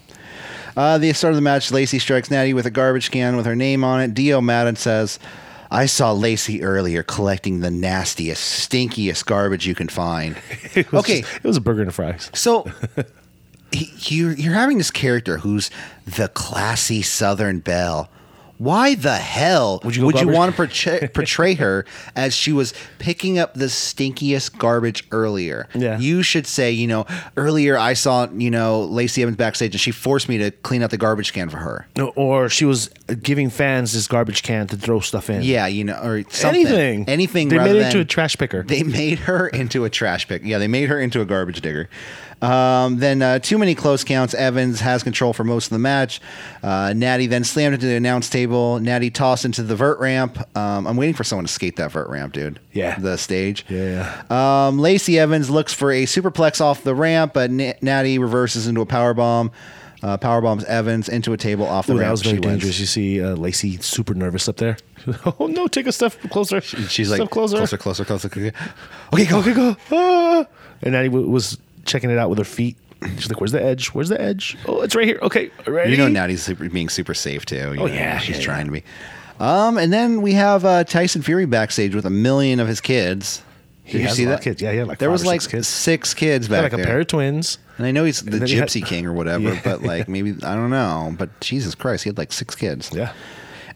Uh, the start of the match, Lacey strikes Natty with a garbage can with her name on it. Dio Madden says, I saw Lacey earlier collecting the nastiest, stinkiest garbage you can find.
It was
okay,
just- it was a burger and fries.
so he, you're, you're having this character who's the classy Southern belle. Why the hell would
you go garbage?
want to portray, portray her as she was picking up the stinkiest garbage earlier?
Yeah.
You should say, you know, earlier I saw, you know, Lacey Evans backstage and she forced me to clean out the garbage can for her.
No, Or she was giving fans this garbage can to throw stuff in.
Yeah, you know, or something.
Anything.
Anything
They
rather
made it
than,
into a trash picker.
They made her into a trash pick. Yeah, they made her into a garbage digger. Um, then uh, too many close counts. Evans has control for most of the match. Uh, Natty then slammed into the announce table. Natty tossed into the vert ramp. Um, I'm waiting for someone to skate that vert ramp, dude.
Yeah.
The stage.
Yeah.
Um, Lacey Evans looks for a superplex off the ramp, but N- Natty reverses into a power bomb. Uh, power bombs Evans into a table off the
Ooh,
ramp.
that was very
She wins.
dangerous. You see uh, Lacey super nervous up there. oh, no, take a step closer.
She's like
step closer.
closer, closer, closer. closer. Okay, go.
Okay, go. Ah. And Natty w- was checking it out with her feet. She's like, where's the edge? Where's the edge? Oh, it's right here. Okay, ready? Oh,
You know, Natty's super, being super safe too. you know,
yeah,
she's
yeah,
trying to be. Um, and then we have uh, Tyson Fury backstage with a million of his kids. Did
He
you
has
see
a lot of
that?
kids. Yeah, he had like
there
five
was
or
like
six kids.
six kids
Got,
back
like a
there.
pair of twins.
and I know he's the
then he had-
Gypsy King or whatever,
Yeah.
but like maybe I don't know. But Jesus Christ, he had like six kids.
Yeah.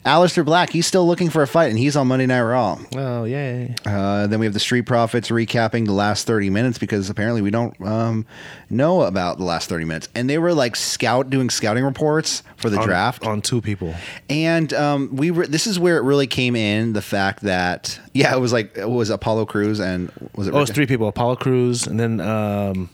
Alistair Black, he's still looking for a fight, and he's on Monday Night Raw.
Oh, yeah.
Uh, then we have the Street Profits recapping the last 30 minutes because apparently we don't um, know about the last 30 minutes. And they were like scout doing scouting reports for the draft.
on two people.
And um, we were. This is where it really came in the fact that yeah, it was like it was Apollo Crews and was it?
Oh, it's
Ric-
three people: Apollo Cruz, and then um,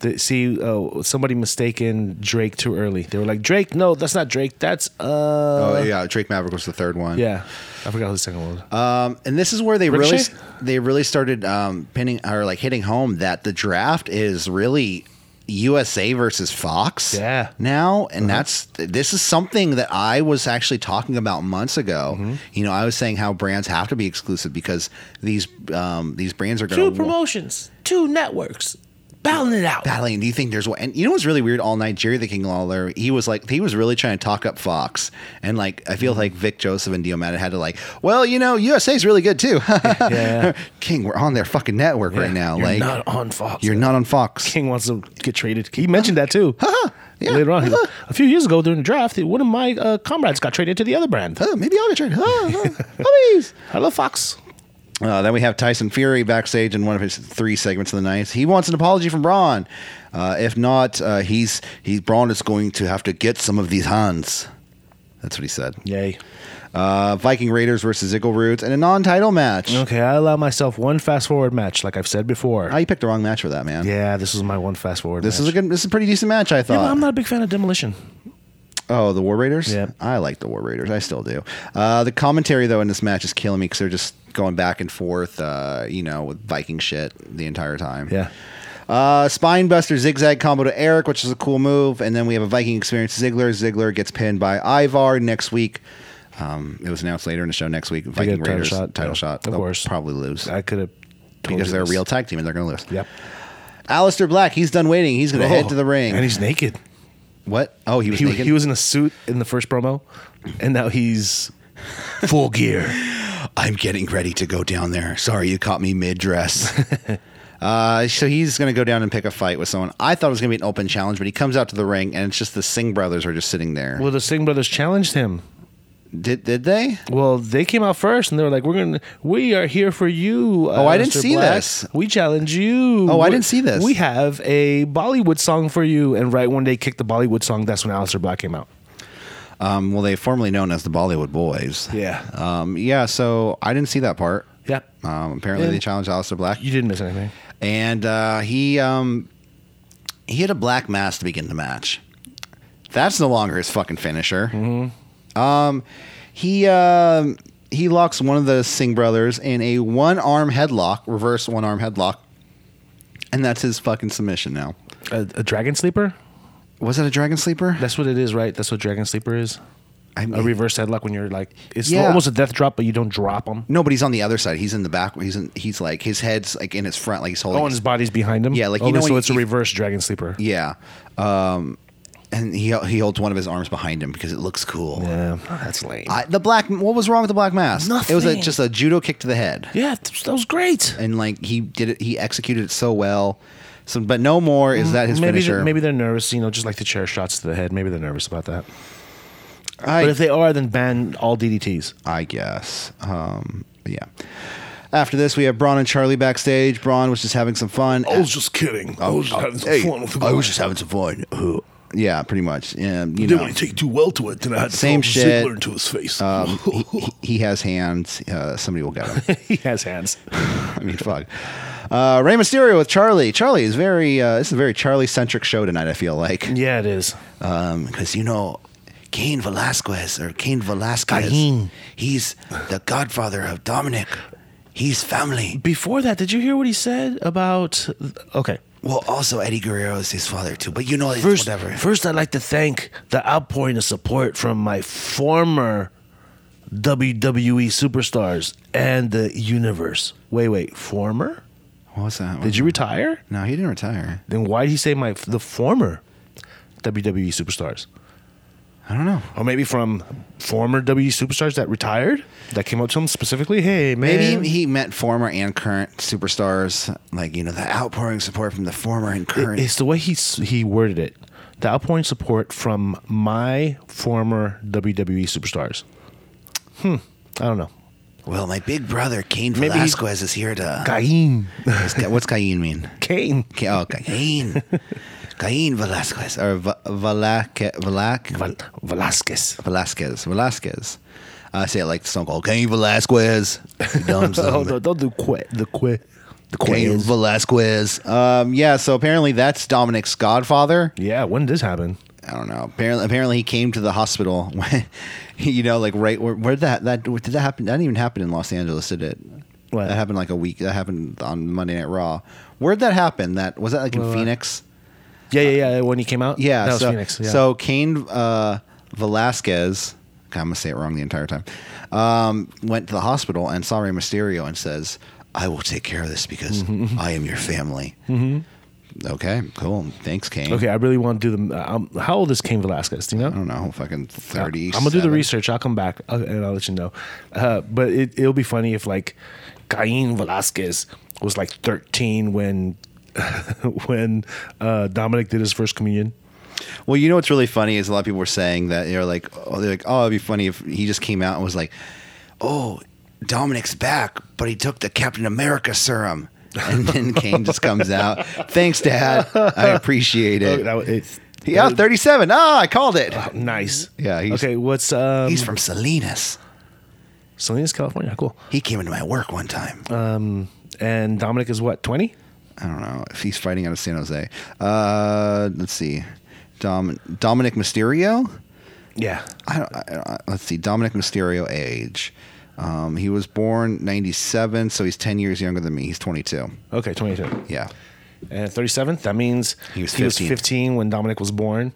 The, see, oh, somebody mistaken Drake too early. They were like, Drake, no, that's not Drake. That's uh,
Oh yeah, Drake Maverick was the third one.
yeah. I forgot who the second one. was.
Um, and this is where they
Ricochet?
really they really started um, pinning or like hitting home that the draft is really USA versus Fox.
Yeah. Uh-huh.
Now, and that's this is something that I was actually talking about months ago.
Mm-hmm.
You know, I was saying how brands have to be exclusive because these um, these brands are
Two
going to
promotions, two networks, battling it out.
battling. Do you think there's one? And you know what's really weird? All night, Jerry the King Lawler, he was like, he was really trying to talk up Fox. And like, I feel
Mm-hmm.
like Vic Joseph and Diomata had to like, well, you know, USA's really good too.
yeah.
King, we're on their fucking network right now.
You're
like,
not on Fox.
you're not on Fox.
King wants to get traded. He mentioned that too.
Yeah.
Later on, he's like, a few years ago during the draft, one of my uh, comrades got traded to the other brand.
Oh, maybe I'll get traded. Oh, oh, please.
I love Fox.
Uh, then we have Tyson Fury backstage in one of his three segments of the night. He wants an apology from Braun. Uh, if not, uh, he's he Braun is going to have to get some of these hands. That's what he said.
Yay.
Uh, Viking Raiders versus Ziggler Roots in a non-title match.
Okay, I allow myself one fast forward match, like I've said before.
Oh, you picked the wrong match for that, man.
yeah, this was my one fast forward.
This is
match.
a good. This is a pretty decent match, I
Yeah, but
thought.
I'm not a big fan of Demolition.
oh, the War Raiders.
Yep.
I like the War Raiders. I still do. Uh, the commentary though in this match is killing me because they're just going back and forth. Uh, you know, with Viking shit the entire time.
Yeah.
Uh, spine buster zigzag combo to Eric, which is a cool move, and then we have a Viking experience. Ziggler. Ziggler gets pinned by Ivar next week. Um, it was announced later in the show next week. Viking
get a title
Raiders
shot,
title
yeah.
shot.
Of
They'll
course.
probably lose
I could have told
because
you
they're a
this.
real tag team and they're going to lose.
Yep. Oh,
Alistair Black, he's done waiting. Oh. He's going to head to the ring.
And he's naked.
what? Oh, he was
He,
naked.
he was in a suit in the first promo, and now he's full gear.
I'm getting ready to go down there. Sorry, you caught me mid dress. Uh, so he's going to go down and pick a fight with someone. I thought it was going to be an open challenge, but he comes out to the ring, and it's just the Singh brothers are just sitting there.
Well, the Singh brothers challenged him.
did did they?
Well, they came out first, and they were like, "We're gonna, we are here for you."
Oh, I didn't
Mr.
see
Black.
this.
We challenge you.
Oh, I
We-
didn't see this.
We have a Bollywood song for you, and right when they kicked the Bollywood song, that's when Alistair Black came out.
Um, well, they formerly known as the Bollywood Boys.
Yeah.
Um, yeah. So I didn't see that part.
Yeah,
Um, apparently,
Yeah.
they challenged Alistair Black,
you didn't miss anything.
and uh, he um, he had a black mask to begin the match. That's no longer his fucking finisher. Um, he um he locks one of the Singh brothers in a one arm headlock, reverse one arm headlock, and that's his fucking submission now.
A, a dragon sleeper.
Was that a dragon sleeper?
That's what it is, right? That's what dragon sleeper is.
I
A reverse headlock when you're like, it's
Yeah.
almost a death drop, but you don't drop them.
No, but he's on the other side. He's in the back. He's in. He's like his head's like in his front, like he's holding.
Oh, and his body's behind him.
Yeah, like, you
okay,
know when
so
you-
it's a reverse dragon sleeper.
yeah, um, and he he holds one of his arms behind him because it looks cool.
Yeah,
Oh,
that's lame.
I, the black. What was wrong with the black mask? It was a,
Nothing.
just a judo kick to the head,
yeah, th- that was great.
and like he did it. He executed it so well. So, but no more is that his
maybe
finisher.
they're, maybe they're nervous, you know, just like the chair shots to the head. Maybe they're nervous about that.
I,
But if they are, then ban all DDTs.
I guess. Um, yeah. After this, we have Braun and Charlie backstage. Braun was just having some fun.
just kidding.
I was- Oh, hey, I was just having some fun. Yeah, pretty much. And, you know,
take too well to it, then I had to
Same throw shit. Ziggler
into his face.
Um, he, he- he has hands. Uh, somebody will get him.
he has hands.
I mean, fuck. Uh, Rey Mysterio with Charlie. Charlie is very. Uh, this is a very Charlie centric show tonight. I feel like because
Yeah, it is.
Um, you know, Cain Velasquez or Cain Velasquez.
Cain.
He's the godfather of Dominic. He's family.
Before that, did you hear what he said about? Okay,
Well, also Eddie Guerrero is his father too. But you know, it's
first, first I'd like to thank the outpouring of support from my former WWE superstars and the universe. Wait, wait, former?
What's that?
Did you retire?
No, he didn't retire.
Then why did he say my the former WWE superstars?
I don't know.
Or maybe from former WWE superstars that retired that came up to him specifically. Hey, man.
Maybe he meant former and current superstars, like you know, the outpouring support from the former and current.
it's the way he s- he worded it. The outpouring support from my former WWE superstars. Hmm. I don't know.
Well, my big brother Cain
Maybe he-
Velasquez is here to.
Cain.
What's Cain mean?
Cain.
Ca- Oh, Cain. Cain Velasquez or v- Velake, Velak,
Vel- Velasquez.
Velasquez Velasquez. I say it like the song called Cain Velasquez. You dumb
Oh,
son of
no,
a-
don't do quit. The quit.
The Queen
Diz.
Velasquez. Um, yeah, so apparently that's Dominic's godfather.
Yeah, when did this happen?
I don't know. Apparently, apparently he came to the hospital when, you know, like right where, where that that did that happen? That didn't even happen in Los Angeles, did it?
What?
That happened like a week. That happened on Monday Night Raw. Where'd that happen? That was that like in Phoenix?
Yeah, yeah, yeah. When he came out.
Yeah.
that was
so,
Phoenix. Yeah.
so Kane uh, Velasquez, God, I'm gonna say it wrong the entire time. Um, went to the hospital and saw Rey Mysterio and says, "I will take care of this because
Mm-hmm.
I am your family." Okay, cool. Thanks, Kane.
okay, I really want to do the. Um, how old is Cain Velasquez? Do you know?
I don't know, fucking thirty.
I'm gonna do the research. I'll come back uh, and I'll let you know. Uh, but it, it'll be funny if like Cain Velasquez was like 13 when when uh, Dominic did his first communion.
Well, you know what's really funny is a lot of people were saying that they're like, oh, they're like, oh, it'd be funny if he just came out and was like, oh, Dominic's back, but he took the Captain America serum, and then Kane just comes out. Thanks, Dad. I appreciate
Oh,
it.
that was- it's
Yeah, 37. Ah, I called it.
nice.
Yeah, he's-
okay. What's um,
He's from Salinas.
Salinas, California. Cool.
He came into my work one time.
Uh. And Dominic is what 20?
I don't know if he's fighting out of San Jose. Uh, let's see. Dom- Dominic Mysterio?
Yeah.
I don't, I don't, let's see. Dominic Mysterio age. Um, he was born 97, so he's 10 years younger than me. He's 22.
Okay, 22.
Yeah.
And 37th. That means
He was Oh. 15.
15 when Dominic was born.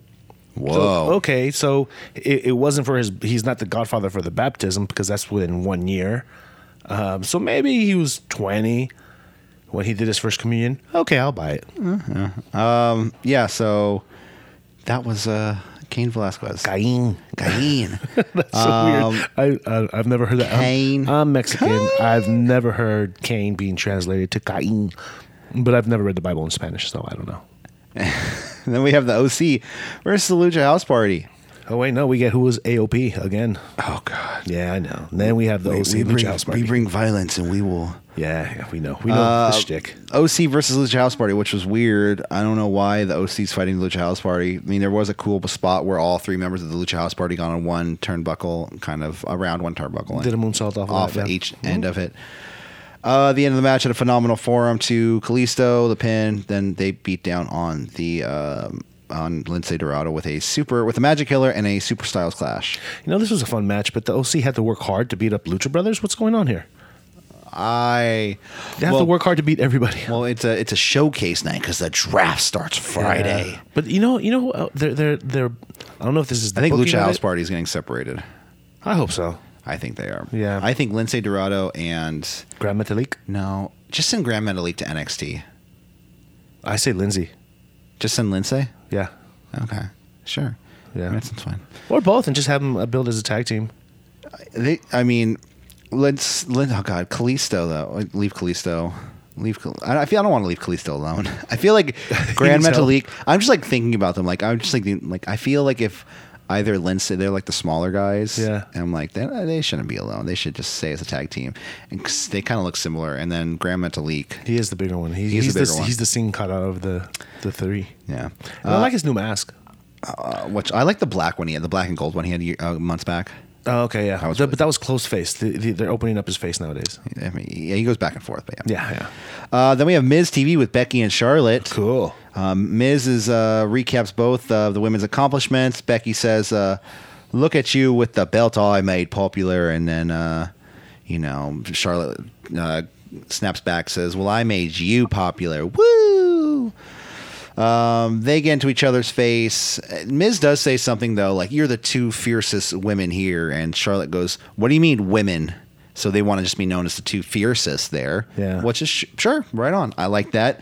Whoa.
So, okay, so it, it wasn't for his. He's not the godfather for the baptism because that's within one year. Um, so maybe he was twenty when he did his first communion. Okay, I'll buy it.
Uh, Yeah, so that was uh, Kane Velasquez.
Cain.
Cain. Um,
That's so weird. I, I I've never heard that. I'm-
Cain.
I'm, Mexican. I've never heard Cain being translated to Cain, but I've never read the Bible in Spanish, so I don't know.
and then we have the OC versus the Lucha House Party.
Oh wait, no, we get who was AOP again.
Oh, God.
Yeah, I know. then we Uh, have the OC
we,
Lucha
bring,
House
we
Party.
bring violence and we will.
Yeah, yeah, we know. We know the shtick.
OC versus Lucha House Party, which was weird. I don't know why the OC's fighting the Lucha House Party. I mean, there was a cool spot where all three members of the Lucha House Party got on one turnbuckle, kind of around one turnbuckle. and
Did a moonsault off of
off
that, yeah. Mm-hmm.
each end of it. Uh, the end of the match had a phenomenal forum to Kalisto, the pin. Then they beat down on the um, on Lindsay Dorado with a super with a Magic Killer and a Super Styles Clash.
You know, this was a fun match, but the OC had to work hard to beat up Lucha Brothers. What's going on here?
I
They have
well,
to work hard to beat everybody.
Well, it's a it's a showcase night because the draft starts Friday.
Yeah. But you know, you know, uh, they're they're they're. I don't know if this is. The
I think
booking
Lucha
of
House
it.
Party is getting separated.
I hope so.
I think they are.
Yeah.
I think Lindsay Dorado and
Grand Metalik.
no, just send Grand Metalik to NXT.
I say Lindsay.
Just send Lindsay.
Yeah.
Okay, sure.
Yeah.
that sounds fine.
Or both, and just have them uh, build as a tag team.
They, I mean, let's let oh god, Kalisto though. Leave Kalisto. Leave. Kal- I I feel I don't want to leave Kalisto alone. I feel like Grand
needs help.
Metalik. I'm just like thinking about them. Like I'm just like thinking- like I feel like if either Lindsay, they're like the smaller guys.
Yeah.
And I'm like they, they shouldn't be alone. They should just stay as a tag team. And 'cause they kind of look similar. And then Grand Metalik.
He is the bigger one. He-
He's
he's,
the
the
bigger one.
he's the scene cut out of the the three.
Yeah.
And I like his new mask.
Uh, which I like the black one he had, the black and gold one he had uh, months back.
Oh, okay, yeah.
was
The-
really-
but that was close face. The, the, they're opening up his face nowadays.
I mean, yeah, he goes back and forth, but yeah.
Yeah, yeah.
Uh, then we have Miz TV with Becky and Charlotte.
Cool.
Um, Miz is uh, recaps both of the women's accomplishments. Becky says, uh, "Look at you with the belt I made popular," and then uh, you know Charlotte uh, snaps back, says, "Well, I made you popular." Woo! Um, they get into each other's face. Miz does say something though, like "You're the two fiercest women here," and Charlotte goes, "What do you mean women?" So they want to just be known as the two fiercest there.
Yeah.
which is sh- sure right on. I like that.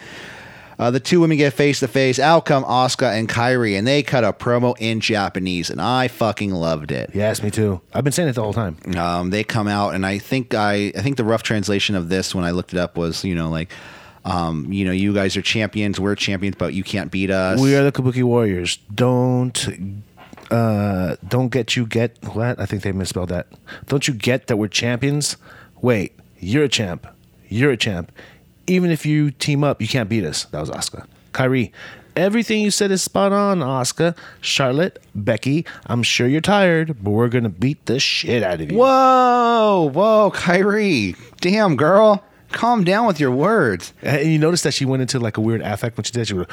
Uh, the two women get face to face. Out come Oscar and Kyrie, and they cut a promo in Japanese, and I fucking loved it.
Yes, me too. I've been saying it the whole time.
Um, they come out, and I think I, I think the rough translation of this when I looked it up was, you know, like, um, you know, you guys are champions, we're champions, but you can't beat us.
We are the Kabuki Warriors. Don't uh don't get you get what? I think they misspelled that. Don't you get that we're champions? Wait, you're a champ. You're a champ. Even if you team up, you can't beat us. That was Oscar. Kyrie. Everything you said is spot on, Oscar. Charlotte, Becky, I'm sure you're tired, but we're gonna beat the shit out of you.
Whoa, whoa, Kyrie, damn girl, Calm down with your words.
And you notice that she went into like a weird affect when she did. She would,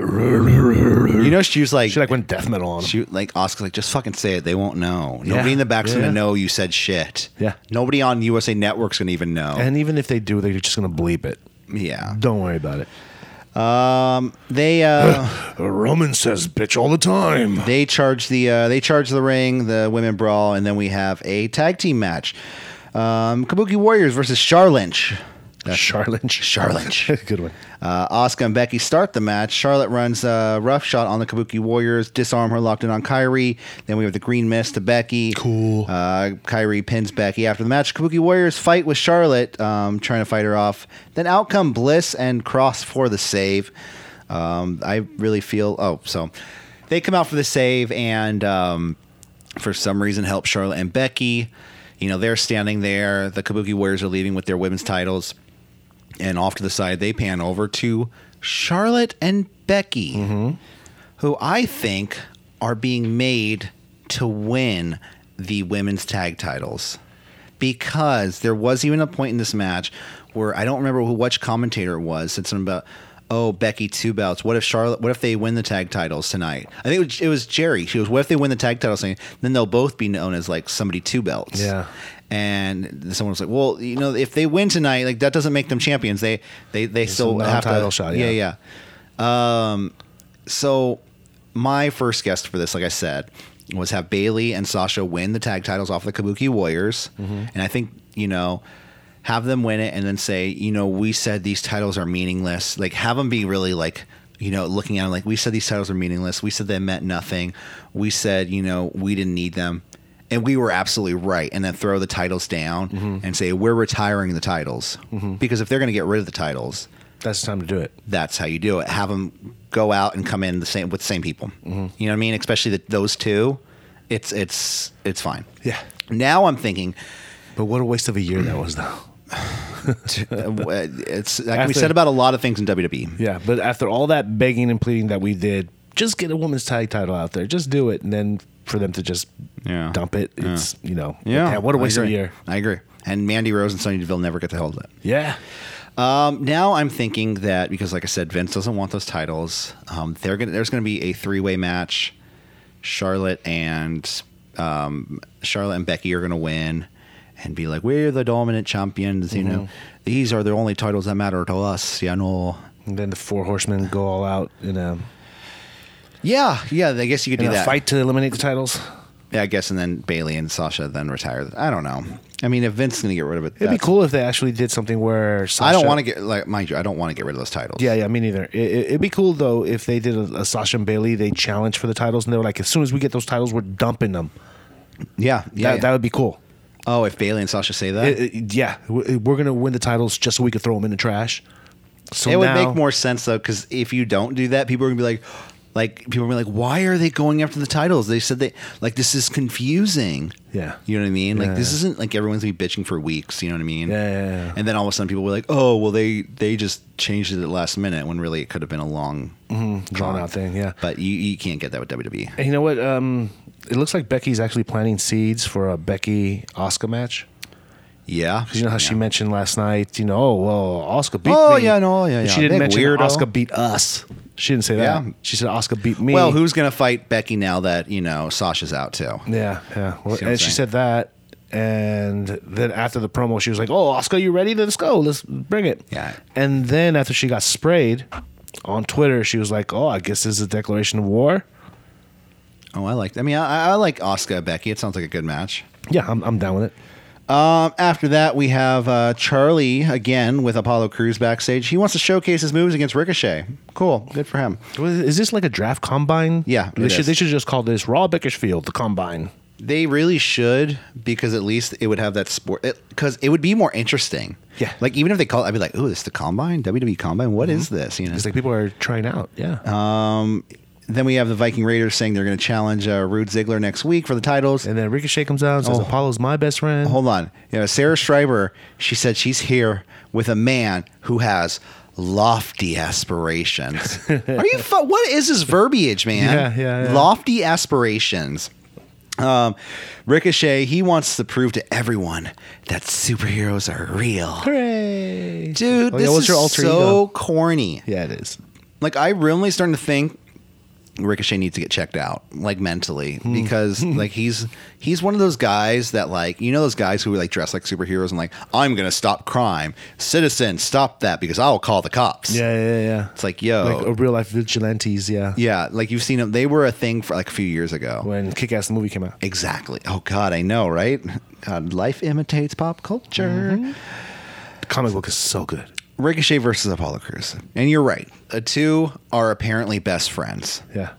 You know, she was like,
she like went death metal on him.
She like Oscar's like, just fucking say it. They won't know. Nobody
Yeah.
in the back's
Yeah.
gonna know you said shit.
Yeah.
Nobody on USA Network's gonna even know.
and even if they do, they're just gonna bleep it.
yeah.
Don't worry about it.
Um. They uh.
Roman says bitch all the time.
they charge the uh. They charge the ring. The women brawl, and then we have a tag team match. Um. Kabuki Warriors versus Char Lynch.
Charlotte.
Charlotte.
Good one.
Uh, Asuka and Becky start the match. Charlotte runs a rough shot on the Kabuki Warriors, disarm her, locked in on Kyrie. Then we have the green mist to Becky.
Cool.
Uh, Kyrie pins Becky after the match. Kabuki Warriors fight with Charlotte, um, trying to fight her off. Then out come Bliss and Cross for the save. Um, I really feel. Oh, so they come out for the save and. Um, for some reason help Charlotte and Becky. You know, they're standing there. The Kabuki Warriors are leaving with their women's titles. And off to the side, they pan over to Charlotte and Becky, who I think are being made to win the women's tag titles. Because there was even a point in this match where I don't remember who which commentator it was said something about, oh, Becky two belts. What if Charlotte? What if they win the tag titles tonight? I think it was, it was Jerry. She was, what if they win the tag titles tonight? Then they'll both be known as like somebody two belts.
Yeah.
And someone was like, well, you know, if they win tonight, like that doesn't make them champions. They they they still
a
have to
non-title shot,
yeah,
yeah.
yeah. Um, so my first guess for this, like I said, was have Bailey and Sasha win the tag titles off the Kabuki Warriors, and I think you know have them win it and then say, you know, we said these titles are meaningless. Like have them be really like. You know, looking at them like we said, these titles are meaningless. We said they meant nothing. We said, you know, we didn't need them, and we were absolutely right. And then throw the titles down and say we're retiring the titles because if they're going to get rid of the titles,
That's the time to do it.
that's how you do it. Have them go out and come in the same with the same people.
Mm-hmm.
You know what I mean? Especially the, those two. It's it's it's fine.
Yeah.
Now I'm thinking
But what a waste of a year that was, though.
uh, w- it's that can be
After-
said about a lot of things in E. WWE.
Yeah, but after all that begging and pleading that we did, just get a woman's tag title out there. Just do it, and then for them to just
Yeah.
dump it,
Yeah.
it's you know, okay, what a
I
waste of a
agree.
year.
I agree. And Mandy Rose and Sonya Deville never get the hell of it.
Yeah,
Um, now I'm thinking that because, like I said, Vince doesn't want those titles. Um, they're gonna there's gonna be a three way match. Charlotte and um, Charlotte and Becky are gonna win and be like, we're the dominant champions. You
Mm-hmm.
know, these are the only titles that matter to us. You know.
and then the four horsemen go all out in a,
Yeah, yeah. I guess you could do
in a
that.
fight to eliminate the titles.
Yeah, I guess, and then Bailey and Sasha then retire. I don't know. I mean, if Vince's gonna get rid of it,
It'd be
that's-
cool if they actually did something where Sasha,
I don't want to get like mind you, I don't want to get rid of those titles.
Yeah, yeah, me neither. It, it, it'd be cool though if they did a, a Sasha and Bailey. They challenge for the titles, and they were like, as soon as we get those titles, we're dumping them.
yeah, yeah.
that,
yeah.
that would be cool.
oh, if Bailey and Sasha say that,
It- it- yeah, we- we're gonna win the titles just so we could throw them in the trash. So
it would
now-
make more sense though, because if you don't do that, people are gonna be like, like people are gonna be like, why are they going after the titles? They said they like this is confusing.
Yeah.
you know what I mean. Like this
Yeah.
isn't like everyone's gonna be bitching for weeks. You know what I mean?
Yeah, yeah, yeah.
And then all of a sudden, people were like, oh, well, they they just changed it at last minute when really it could have been a long
Mm-hmm. drawn
con.
out thing. Yeah.
But you you can't get that with E. WWE.
And you know what? Um, it looks like Becky's actually planting seeds for a Becky Oscar match.
Yeah,
Because you know how she mentioned last night, you know, oh well, Oscar beat
Oh,
me.
yeah, no, yeah,
And
yeah.
She didn't
Big
mention
weirdo.
Oscar beat us. She didn't say that.
Yeah.
She said Oscar beat me.
Well, who's gonna fight Becky now that you know Sasha's out too?
Yeah, yeah. Well,
See what I'm
and she
saying?
said that, and then after the promo, she was like, "Oh, Oscar, you ready? Let's go. Let's bring it."
Yeah.
And then after she got sprayed on Twitter, she was like, "Oh, I guess this is a declaration of war."
Oh, I like. I mean, I, I like Oscar Becky. It sounds like a good match.
Yeah, I'm, I'm down with it.
Um, after that, we have uh, Charlie again with Apollo Crews backstage. He wants to showcase his moves against Ricochet. Cool, good for him.
Was- Is this like a draft combine?
Yeah,
they
it
should
is.
they should just call this Raw Bakersfield the combine.
They really should because at least it would have that sport because it, would be more interesting.
Yeah.
like even if they call, it, I'd be like, "Ooh, this is the Combine, WWE Combine. What is this?" You know,
It's like people are trying out. Yeah,
then we have the Viking Raiders saying they're going to challenge uh, Rude Ziggler next week for the titles.
and then Ricochet comes out and says,
Oh.
"Apollo's my best friend."
hold on. You know, Sarah Schreiber, she said she's here with a man who has lofty aspirations. Are you fu- what is this verbiage, man?
Yeah, yeah, yeah.
Lofty aspirations. Um, Ricochet, he wants to prove to everyone that superheroes are real.
Hooray.
Dude,
Oh, yeah,
this
what's
is
your alter
so
ego?
corny.
Yeah, it is.
Like, I'm really starting to think Ricochet needs to get checked out, like mentally,
Hmm.
because like he's he's one of those guys that like you know those guys who like dress like superheroes and like I'm gonna stop crime, citizen, stop that because I'll call the cops.
Yeah, yeah, yeah.
it's like yo,
Like oh. a real life vigilantes, yeah.
yeah, like you've seen them. They were a thing for like a few years ago.
When Kick Ass the movie came out.
Exactly. Oh God, I know, right? God, life imitates pop culture.
Mm-hmm. The comic book is so good.
Ricochet versus Apollo Crews, and you're right. The two are apparently best friends.
Yeah.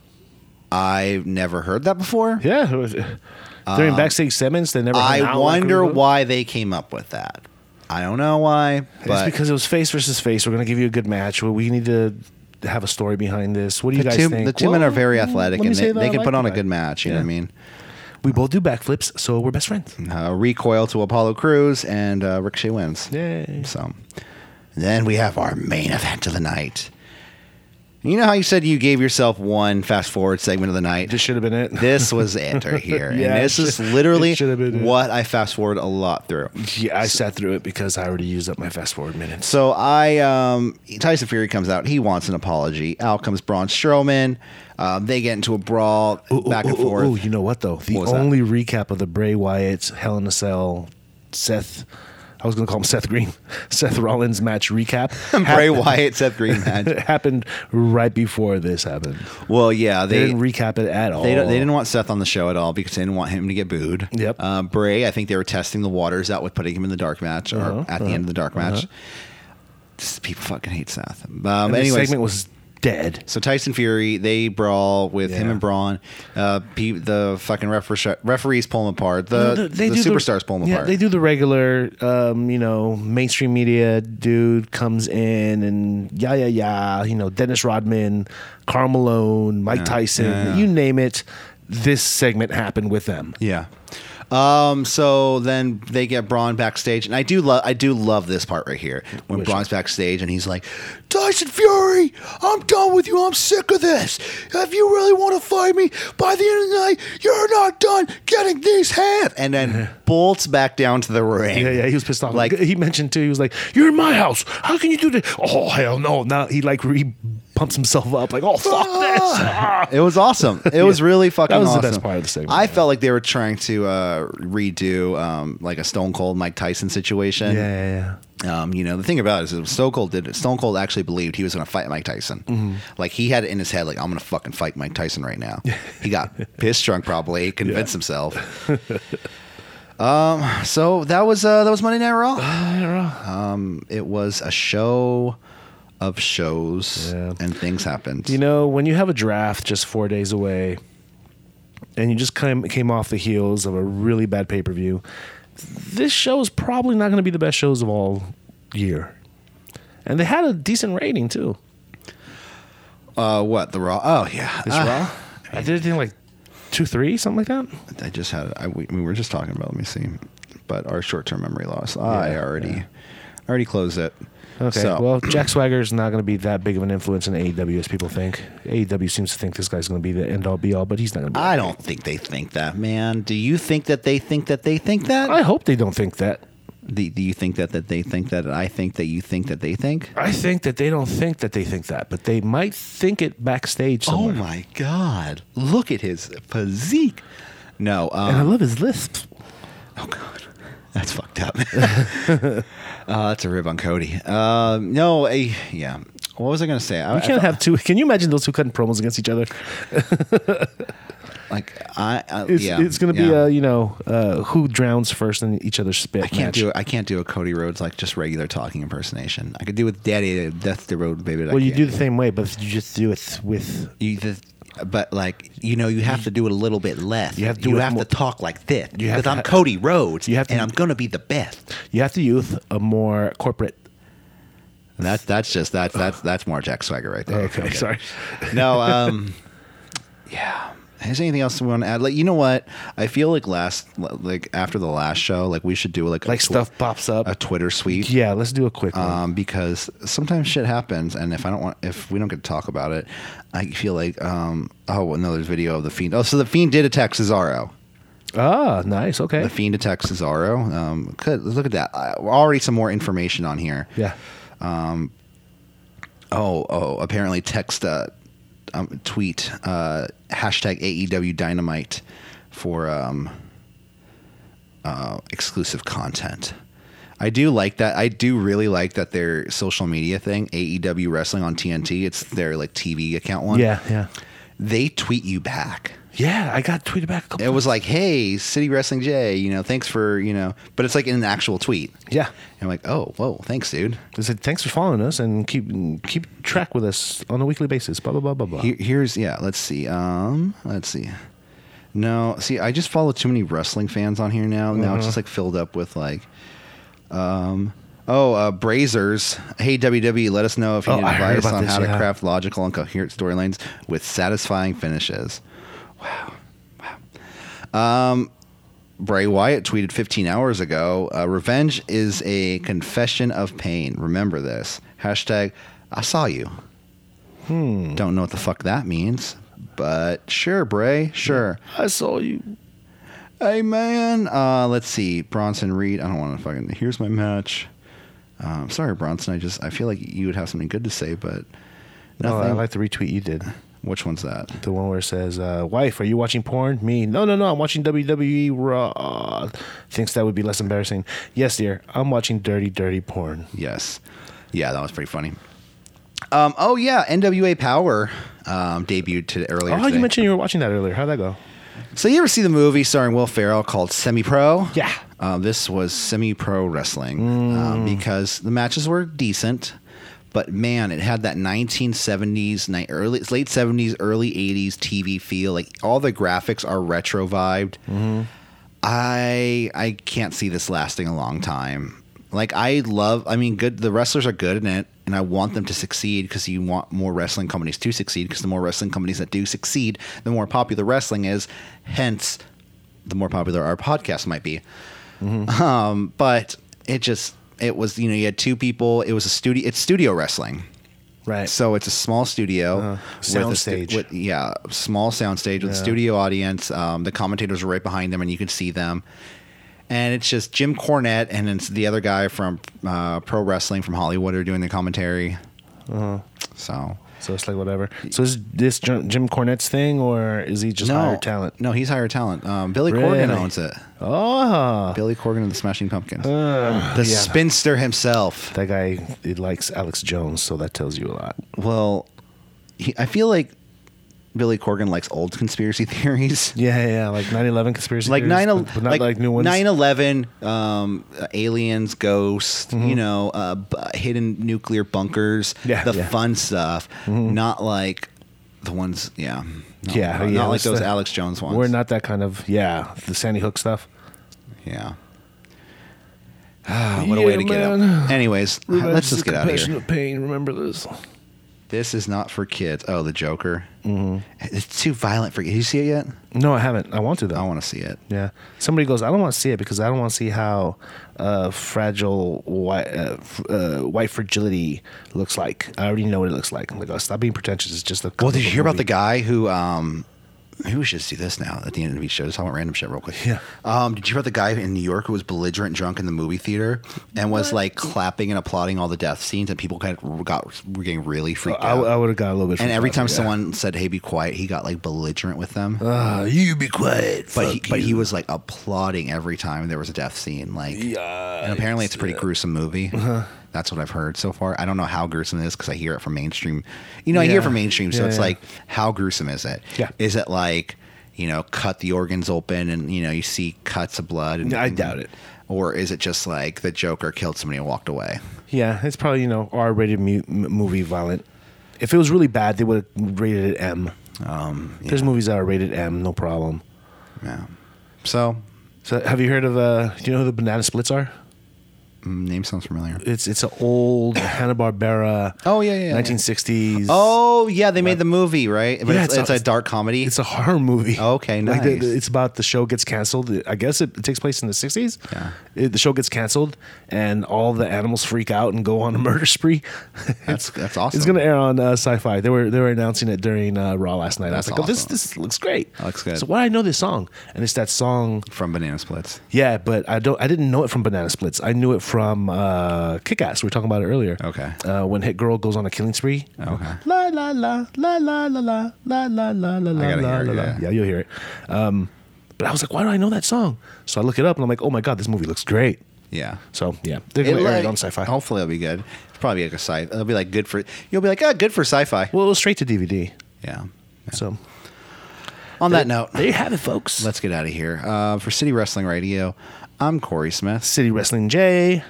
I've never heard that before.
Yeah. uh, During backstage segments, they never. hung out
I
like
wonder
we would.
why they came up with that. I don't know why,
It's
but
because it was face versus face. We're gonna give you a good match. Well, we need to have a story behind this. What do you
the
guys
two,
think?
the two
Well, mm,
men are very athletic
let me
and
say
they,
that
they
I
can
like
put on a
that.
good match. You know
Yeah.
what I mean?
We both do backflips, so we're best friends.
Uh, recoil to Apollo Crews, and uh, Ricochet wins.
Yay.
So then we have our main event of the night. You know how you said you gave yourself one fast forward segment of the night?
This should have been it.
This was it right here.
Yeah,
and this
it
is
should-
literally
it should have been it.
what I fast forward a lot through.
yeah, I sat through it because I already used up my fast forward minutes.
So I, um, Tyson Fury comes out. He wants an apology. Out comes Braun Strowman. Um, they get into a brawl back and
Ooh, ooh,
forth.
ooh, you know what though? The
What was that?
only recap of the Bray Wyatt's Hell in a Cell, Seth. I was gonna call him Seth Green, Seth Rollins match recap.
Bray
hap-
Wyatt, Seth Green match.
happened right before this happened.
Well, yeah,
They,
they
didn't recap it at all.
They, don't, they didn't want Seth on the show at all because they didn't want him to get booed.
Yep.
Uh, Bray, I think they were testing the waters out with putting him in the dark match or
Uh-huh,
at the end of the dark match. Just, people fucking hate Seth. Um,
And this
anyways,
segment was dead.
so Tyson Fury, they brawl with him
Yeah.
and Braun. Uh, pe- the fucking refer- referees pull him apart. The, the
do
superstars pull him
yeah,
apart.
They do the regular, um, you know, mainstream media dude comes in and yeah, yeah, yeah. You know, Dennis Rodman, Carl Malone, Mike Tyson,
yeah.
you name it. This segment happened with them.
Yeah. Um, so then they get Braun backstage, and I do love I do love this part right here when
Which-
Braun's backstage and he's like, Tyson Fury, I'm done with you. I'm sick of this. If you really want to fight me, by the end of the night, you're not done getting these hands. And then bolts back down to the ring.
Yeah, yeah, he was pissed off.
Like-
Like he mentioned too, he was like, "You're in my house. How can you do this?" Oh hell no! Now he like re pumps himself up, like, "Oh fuck this!" Ah.
It was awesome. It was really fucking.
That was the
awesome.
best part of the segment,
I
yeah.
felt like they were trying to uh, redo um, like a Stone Cold Mike Tyson situation.
Yeah, yeah, yeah.
Um, you know, the thing about it is that Stone Cold did Stone Cold actually believed he was going to fight Mike Tyson.
Mm-hmm.
Like he had it in his head, like I'm going to fucking fight Mike Tyson right now. he got pissed drunk, probably convinced himself. um, so that was uh, that was Monday Night Raw. Um, it was a show of shows,
Yeah.
and things happened.
You know, when you have a draft just four days away, and you just came came off the heels of a really bad pay per view, this show is probably not going to be the best shows of all year. And they had a decent rating too.
uh, what the Raw? Oh yeah,
This
Ah,
raw, I did a thing like two, three, something like that.
I just had. I, we, we were just talking about. Let me see, but our short-term memory loss. I already, I already closed it.
Okay.
So-
Well, Jack Swagger is not going to be that big of an influence in AEW as people think. AEW seems to think this guy's going to be the end all be all, but he's not going to. be.
I don't think they think that, man. Do you think that they think that they think
I
that?
hope they don't think that.
Do, do you think that that they think that I think that you think that they think?
I think that they don't think that they think that, but they might think it backstage. Somewhere.
Oh my god! Look at his physique. No,
And I
um,
love his lisp.
oh god, that's fucked up. uh, that's a rib on Cody. Um, no, I, yeah. What was I gonna say? I, I
You can't have two. Can you imagine those two cutting promos against each other?
felt like I, I
It's,
yeah,
it's going to be
yeah.
uh, you know uh, who drowns first in each other's spit.
I can't do I can't do a Cody Rhodes like just regular talking impersonation. I could do with Daddy. That's the road, baby. but I
Well, you
can't
do the same way, but you just do it with.
You just, but like you know, you have to do it a little bit less.
You have to do it more-
talk like this
You have
because
to
I'm
ha-
Cody Rhodes,
you have to-
and I'm gonna be the best.
You have to use a more corporate.
That's that's just that's that's that's more Jack Swagger right there.
sorry.
No, um, yeah. Is there anything else we want to add? Like, you know what? I feel like last, like after the last show, like we should do like a
Like
tw-
stuff pops up.
a Twitter sweep.
Yeah, let's do a quick one.
um, because sometimes shit happens, and if I don't want, if we don't get to talk about it, I feel like, um, oh, well, no, there's video of the fiend. Oh, so the fiend did attack Cesaro.
Ah, nice. Okay.
The Fiend attacks Cesaro. Um, good, look at that. Uh, already some more information on here.
yeah.
Oh, oh. Apparently, text, uh, um, tweet, uh, hashtag AEW Dynamite for um, uh, exclusive content. I do like that. I do really like that their social media thing, AEW Wrestling on TNT. It's their like TV account one.
Yeah. Yeah.
they tweet you back.
Yeah. I got tweeted back a couple.
It was like, "Hey, City Wrestling J, you know, thanks for you know," but it's like in an actual tweet.
yeah.
And I'm like, oh, whoa, thanks, dude.
They said thanks for following us and keep keep track with us on a weekly basis. Blah blah blah blah blah.
Here, here's yeah. Let's see. Um, let's see. No, see, I just follow too many wrestling fans on here now. Now it's just like filled up with like, um, oh, uh, Brazers. Hey WWE, let us know if you
Oh,
need
I heard
advice
about
on
this,
how
yeah.
to craft logical and coherent storylines with satisfying finishes. Um, Bray Wyatt tweeted 15 hours ago uh, Revenge is a confession of pain. Remember this. Hashtag, I saw you. Hmm. Don't know what the fuck that means, but sure, Bray, sure.
I saw you.
Hey, man. Uh, let's see. Bronson Reed. I don't want to fucking. Here's my match. Um, sorry, Bronson. I just. I feel like you would have something good to say, but
No,
nothing.
Oh, I like the retweet you did.
Which one's that?
The one where it says, uh, "Wife, are you watching porn?" Me, no, no, no. I'm watching WWE Raw. Thinks that would be less embarrassing. Yes, dear. I'm watching dirty, dirty porn.
Yes. Yeah, that was pretty funny. Um, oh yeah, NWA Power um, debuted today earlier.
Oh,
today.
you mentioned you were watching that earlier. How'd that go?
So you ever see the movie starring Will Ferrell called Semi Pro?
Yeah.
Uh, this was semi pro wrestling um, because the matches were decent, but man, it had that 1970s, ni- early late 70s, early 80s TV feel. Like all the graphics are retro vibed. I I can't see this lasting a long time. Like I love, I mean, good. The wrestlers are good in it, and I want them to succeed because you want more wrestling companies to succeed. Because the more wrestling companies that do succeed, the more popular wrestling is. Hence, the more popular our podcast might be. Um, but it just it was you know you had two people. It was a studio. It's studio wrestling.
Right. Uh-huh.
So it's a small studio, with a
soundstage.
with- yeah, small soundstage with a studio audience. Um, the commentators are right behind them, and you can see them. And it's just Jim Cornette and it's the other guy from uh, pro wrestling from Hollywood are doing the commentary.
Uh-huh.
So
So it's like whatever. So is this Jim Jim Cornette's thing, or is he just higher talent?
no, he's higher talent. Um, Billy Corgan
Really?
owns it.
Oh,
Billy Corgan of the Smashing Pumpkins,
Uh,
the spinster himself.
that guy it likes Alex Jones, so that tells you a lot.
Well, he, I feel like Billy Corgan likes old conspiracy theories.
Yeah, yeah, yeah, like 9/11 conspiracy,
like
theories,
nine,
but- but not like, new ones.
9-11 um, uh, aliens ghosts you know uh, b- hidden nuclear bunkers
Mm-hmm. Yeah,
the
yeah. Mm-hmm.
fun stuff not like the ones yeah not,
yeah,
not,
yeah,
not like
let's-
those alex jones ones
We're not that kind of yeah, the Sandy Hook stuff.
yeah Ah, what a way to get
man.
out anyways let's just get out of here
pain. Remember this.
this is not for kids oh the joker
Mm-hmm.
it's too violent for you you see it yet
No, I haven't. I want to though.
i want to see it
Yeah. Somebody goes, I don't want to see it because I don't want to see how uh, fragile white, uh, f- uh, white fragility looks like. I already know what it looks like. I'm like, oh, stop being pretentious. It's just a.
Well, did you hear about the guy who? um Maybe we should just do this now at the end of each show. Just talk about random shit real quick.
Yeah.
Um, did you hear about the guy in New York who was belligerent drunk in the movie theater and was like clapping and applauding all the death scenes and people kind of got were getting really freaked
Oh, I,
out.
would have got a little bit.
and every time
frustrated,
someone said, "Hey, be quiet," he got like belligerent with them.
yeah. Ah, you be quiet.
but he, but he was like applauding every time there was a death scene. Like, and apparently it's a pretty gruesome movie.
Uh-huh.
That's what I've heard so far. I don't know how gruesome it is because I hear it from mainstream. You know, I hear it
Yeah.
from mainstream, so
Yeah,
it's
yeah.
like, how gruesome is it? Is
Yeah.
it like, you know, cut the organs open and you know you see cuts of blood? And,
I doubt it.
Or is it just like the Joker killed somebody and walked away?
Yeah, it's probably you know R-rated mu- m- movie violent. If it was really bad, they would have rated it M.
Um, yeah.
There's movies that are rated M, no problem.
yeah. So
So, have you heard of? Uh, do you know who the Banana Splits are?
Mm, Name sounds familiar.
It's it's an old Hanna Barbera.
Oh, yeah, yeah, yeah.
1960s.
Oh yeah, they made the movie right, but
Yeah,
it's, it's
it's a-
a dark comedy.
It's a horror movie.
Okay,
Like the,
nice.
the- it's about the show gets canceled. I guess it, it takes place in the sixties.
Yeah.
the show gets canceled, and all the animals freak out and go on a murder spree.
That's- that's awesome.
It's gonna air on uh, Sci-Fi. They were they were announcing it during uh, Raw last night.
That's
I was like, oh, this
awesome.
this looks great.
That looks good.
So why do I know this song? And it's that song.
from Banana Splits.
Yeah, but I don't. I didn't know it from Banana Splits. I knew it from uh, Kick Ass. We were talking about it earlier.
Okay.
Uh, when Hit Girl goes on a killing spree.
Okay.
La la la la la la la la la la la la
gotta
la
hear it,
la.
yeah.
la. Yeah, you'll hear it. Um, but I was like, why do I know that song? So I look it up and I'm like, oh my god, this movie looks great.
Yeah.
So yeah, they're gonna air it
like-
on Sci-Fi.
Hopefully, it'll be good. It's probably like a sci. It'll be like good for. You'll be like, ah, good for sci-fi.
Well, it was straight to DVD.
yeah.
So
On that note,
there you have it, folks.
let's get out of here. Uh, for City Wrestling Radio, I'm Corey Smith,
City Wrestling J.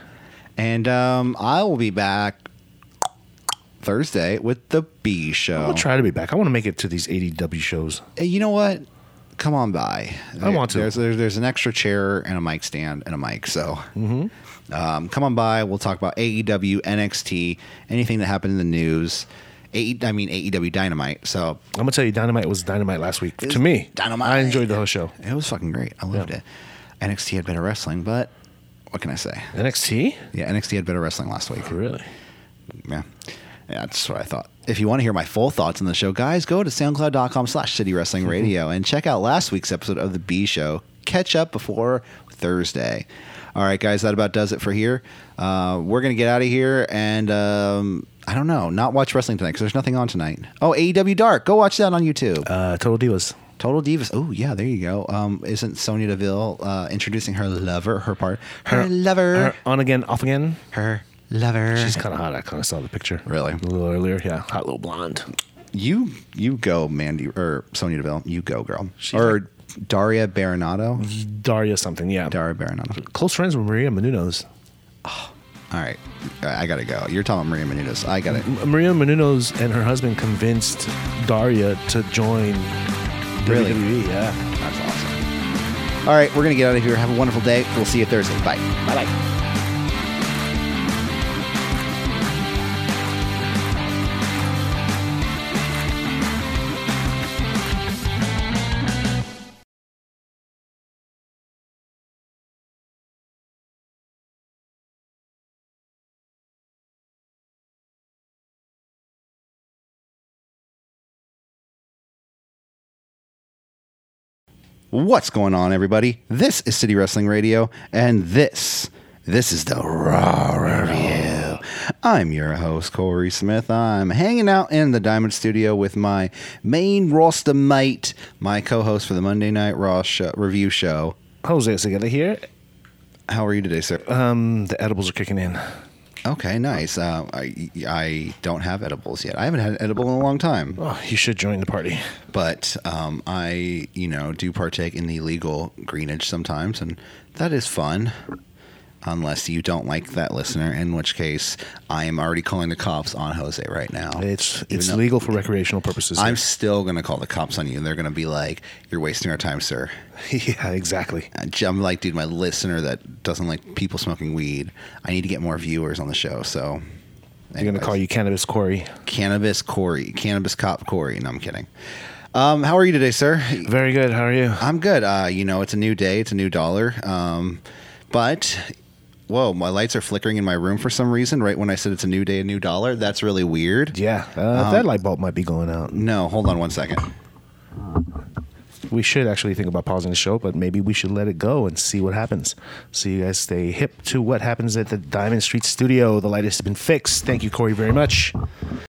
and um, I will be back Thursday with the B Show.
I'll try to be back. I want to make it to these ADW shows.
Hey, You know what? Come on by.
I want to.
There's, there's there's an extra chair and a mic stand and a mic. So
Mm-hmm.
um, come on by. We'll talk about E AEW, NXT, anything that happened in the news. AE, I mean AEW Dynamite. So
I'm gonna tell you, Dynamite was Dynamite last week.
It's
to me,
Dynamite.
I enjoyed the whole show.
It was fucking great. I loved it. NXT had better wrestling, but what can I say?
NXT.
Yeah, NXT had better wrestling last week.
Really?
Yeah. Yeah, that's what I thought. If you want to hear my full thoughts on the show, guys, go to soundcloud.com slash city wrestling radio and check out last week's episode of The B Show. Catch up before Thursday. All right, guys, that about does it for here. Uh, we're going to get out of here and um, I don't know, not watch wrestling tonight because there's nothing on tonight. Oh, AEW Dark. Go watch that on YouTube.
Uh, Total Divas.
Total Divas. Oh yeah, there you go. Um, isn't Sonya Deville uh, introducing her lover? Her part. Her, lover.
Her Uh, on again, off again.
Her, lover.
She's kind of hot. I kind of saw the picture.
Really?
A little earlier. Yeah. Hot little blonde.
you you go, Mandy or Sonya Deville. You go, girl.
She's Mm-hmm.
or Daria Baronato.
Daria something. Yeah.
Daria Baronato.
Close friends with Maria Menounos.
All right, I I gotta go. You're talking Maria Menounos. I got it.
M- Maria Menounos and her husband convinced Daria to join
Really?
WWE. Yeah.
That's awesome. All right, we're gonna get out of here. Have a wonderful day. We'll see you Thursday. Bye.
Bye bye.
What's going on, everybody? This is City Wrestling Radio, and this, this is the Raw Review. I'm your host, Corey Smith. I'm hanging out in the Diamond Studio with my main roster mate, my co-host for the Monday Night Raw show, review show.
Jose Segura here.
How are you today, sir?
Um, the edibles are kicking in.
Okay, nice. Uh, I, I don't have edibles yet. I haven't had an edible in a long time.
Oh, you should join the party.
but um, I, you know, do partake in the legal greenage sometimes, and that is fun. Unless you don't like that listener, in which case I am already calling the cops on Jose right now.
It's
Even
it's
though
legal for recreational purposes.
I'm still gonna call the cops on you, and they're gonna be like, "You're wasting our time, sir."
yeah, exactly.
I'm like, dude, my listener that doesn't like people smoking weed. I need to get more viewers on the show, so.
They're gonna
anyways.
call you cannabis Corey.
cannabis Corey, cannabis cop Corey. No, I'm kidding. Um, how are you today, sir?
Very good. How are you?
I'm good. Uh, you know, it's a new day, it's a new dollar. Um, but whoa, my lights are flickering in my room for some reason. Right when I said it's a new day, a new dollar. That's really weird.
Yeah, uh, that light bulb might be going out.
No, hold on one second.
We should actually think about pausing the show, but maybe we should let it go and see what happens. So you guys stay hip to what happens at the Diamond Street Studio. The light has been fixed. Thank you, Corey, very much.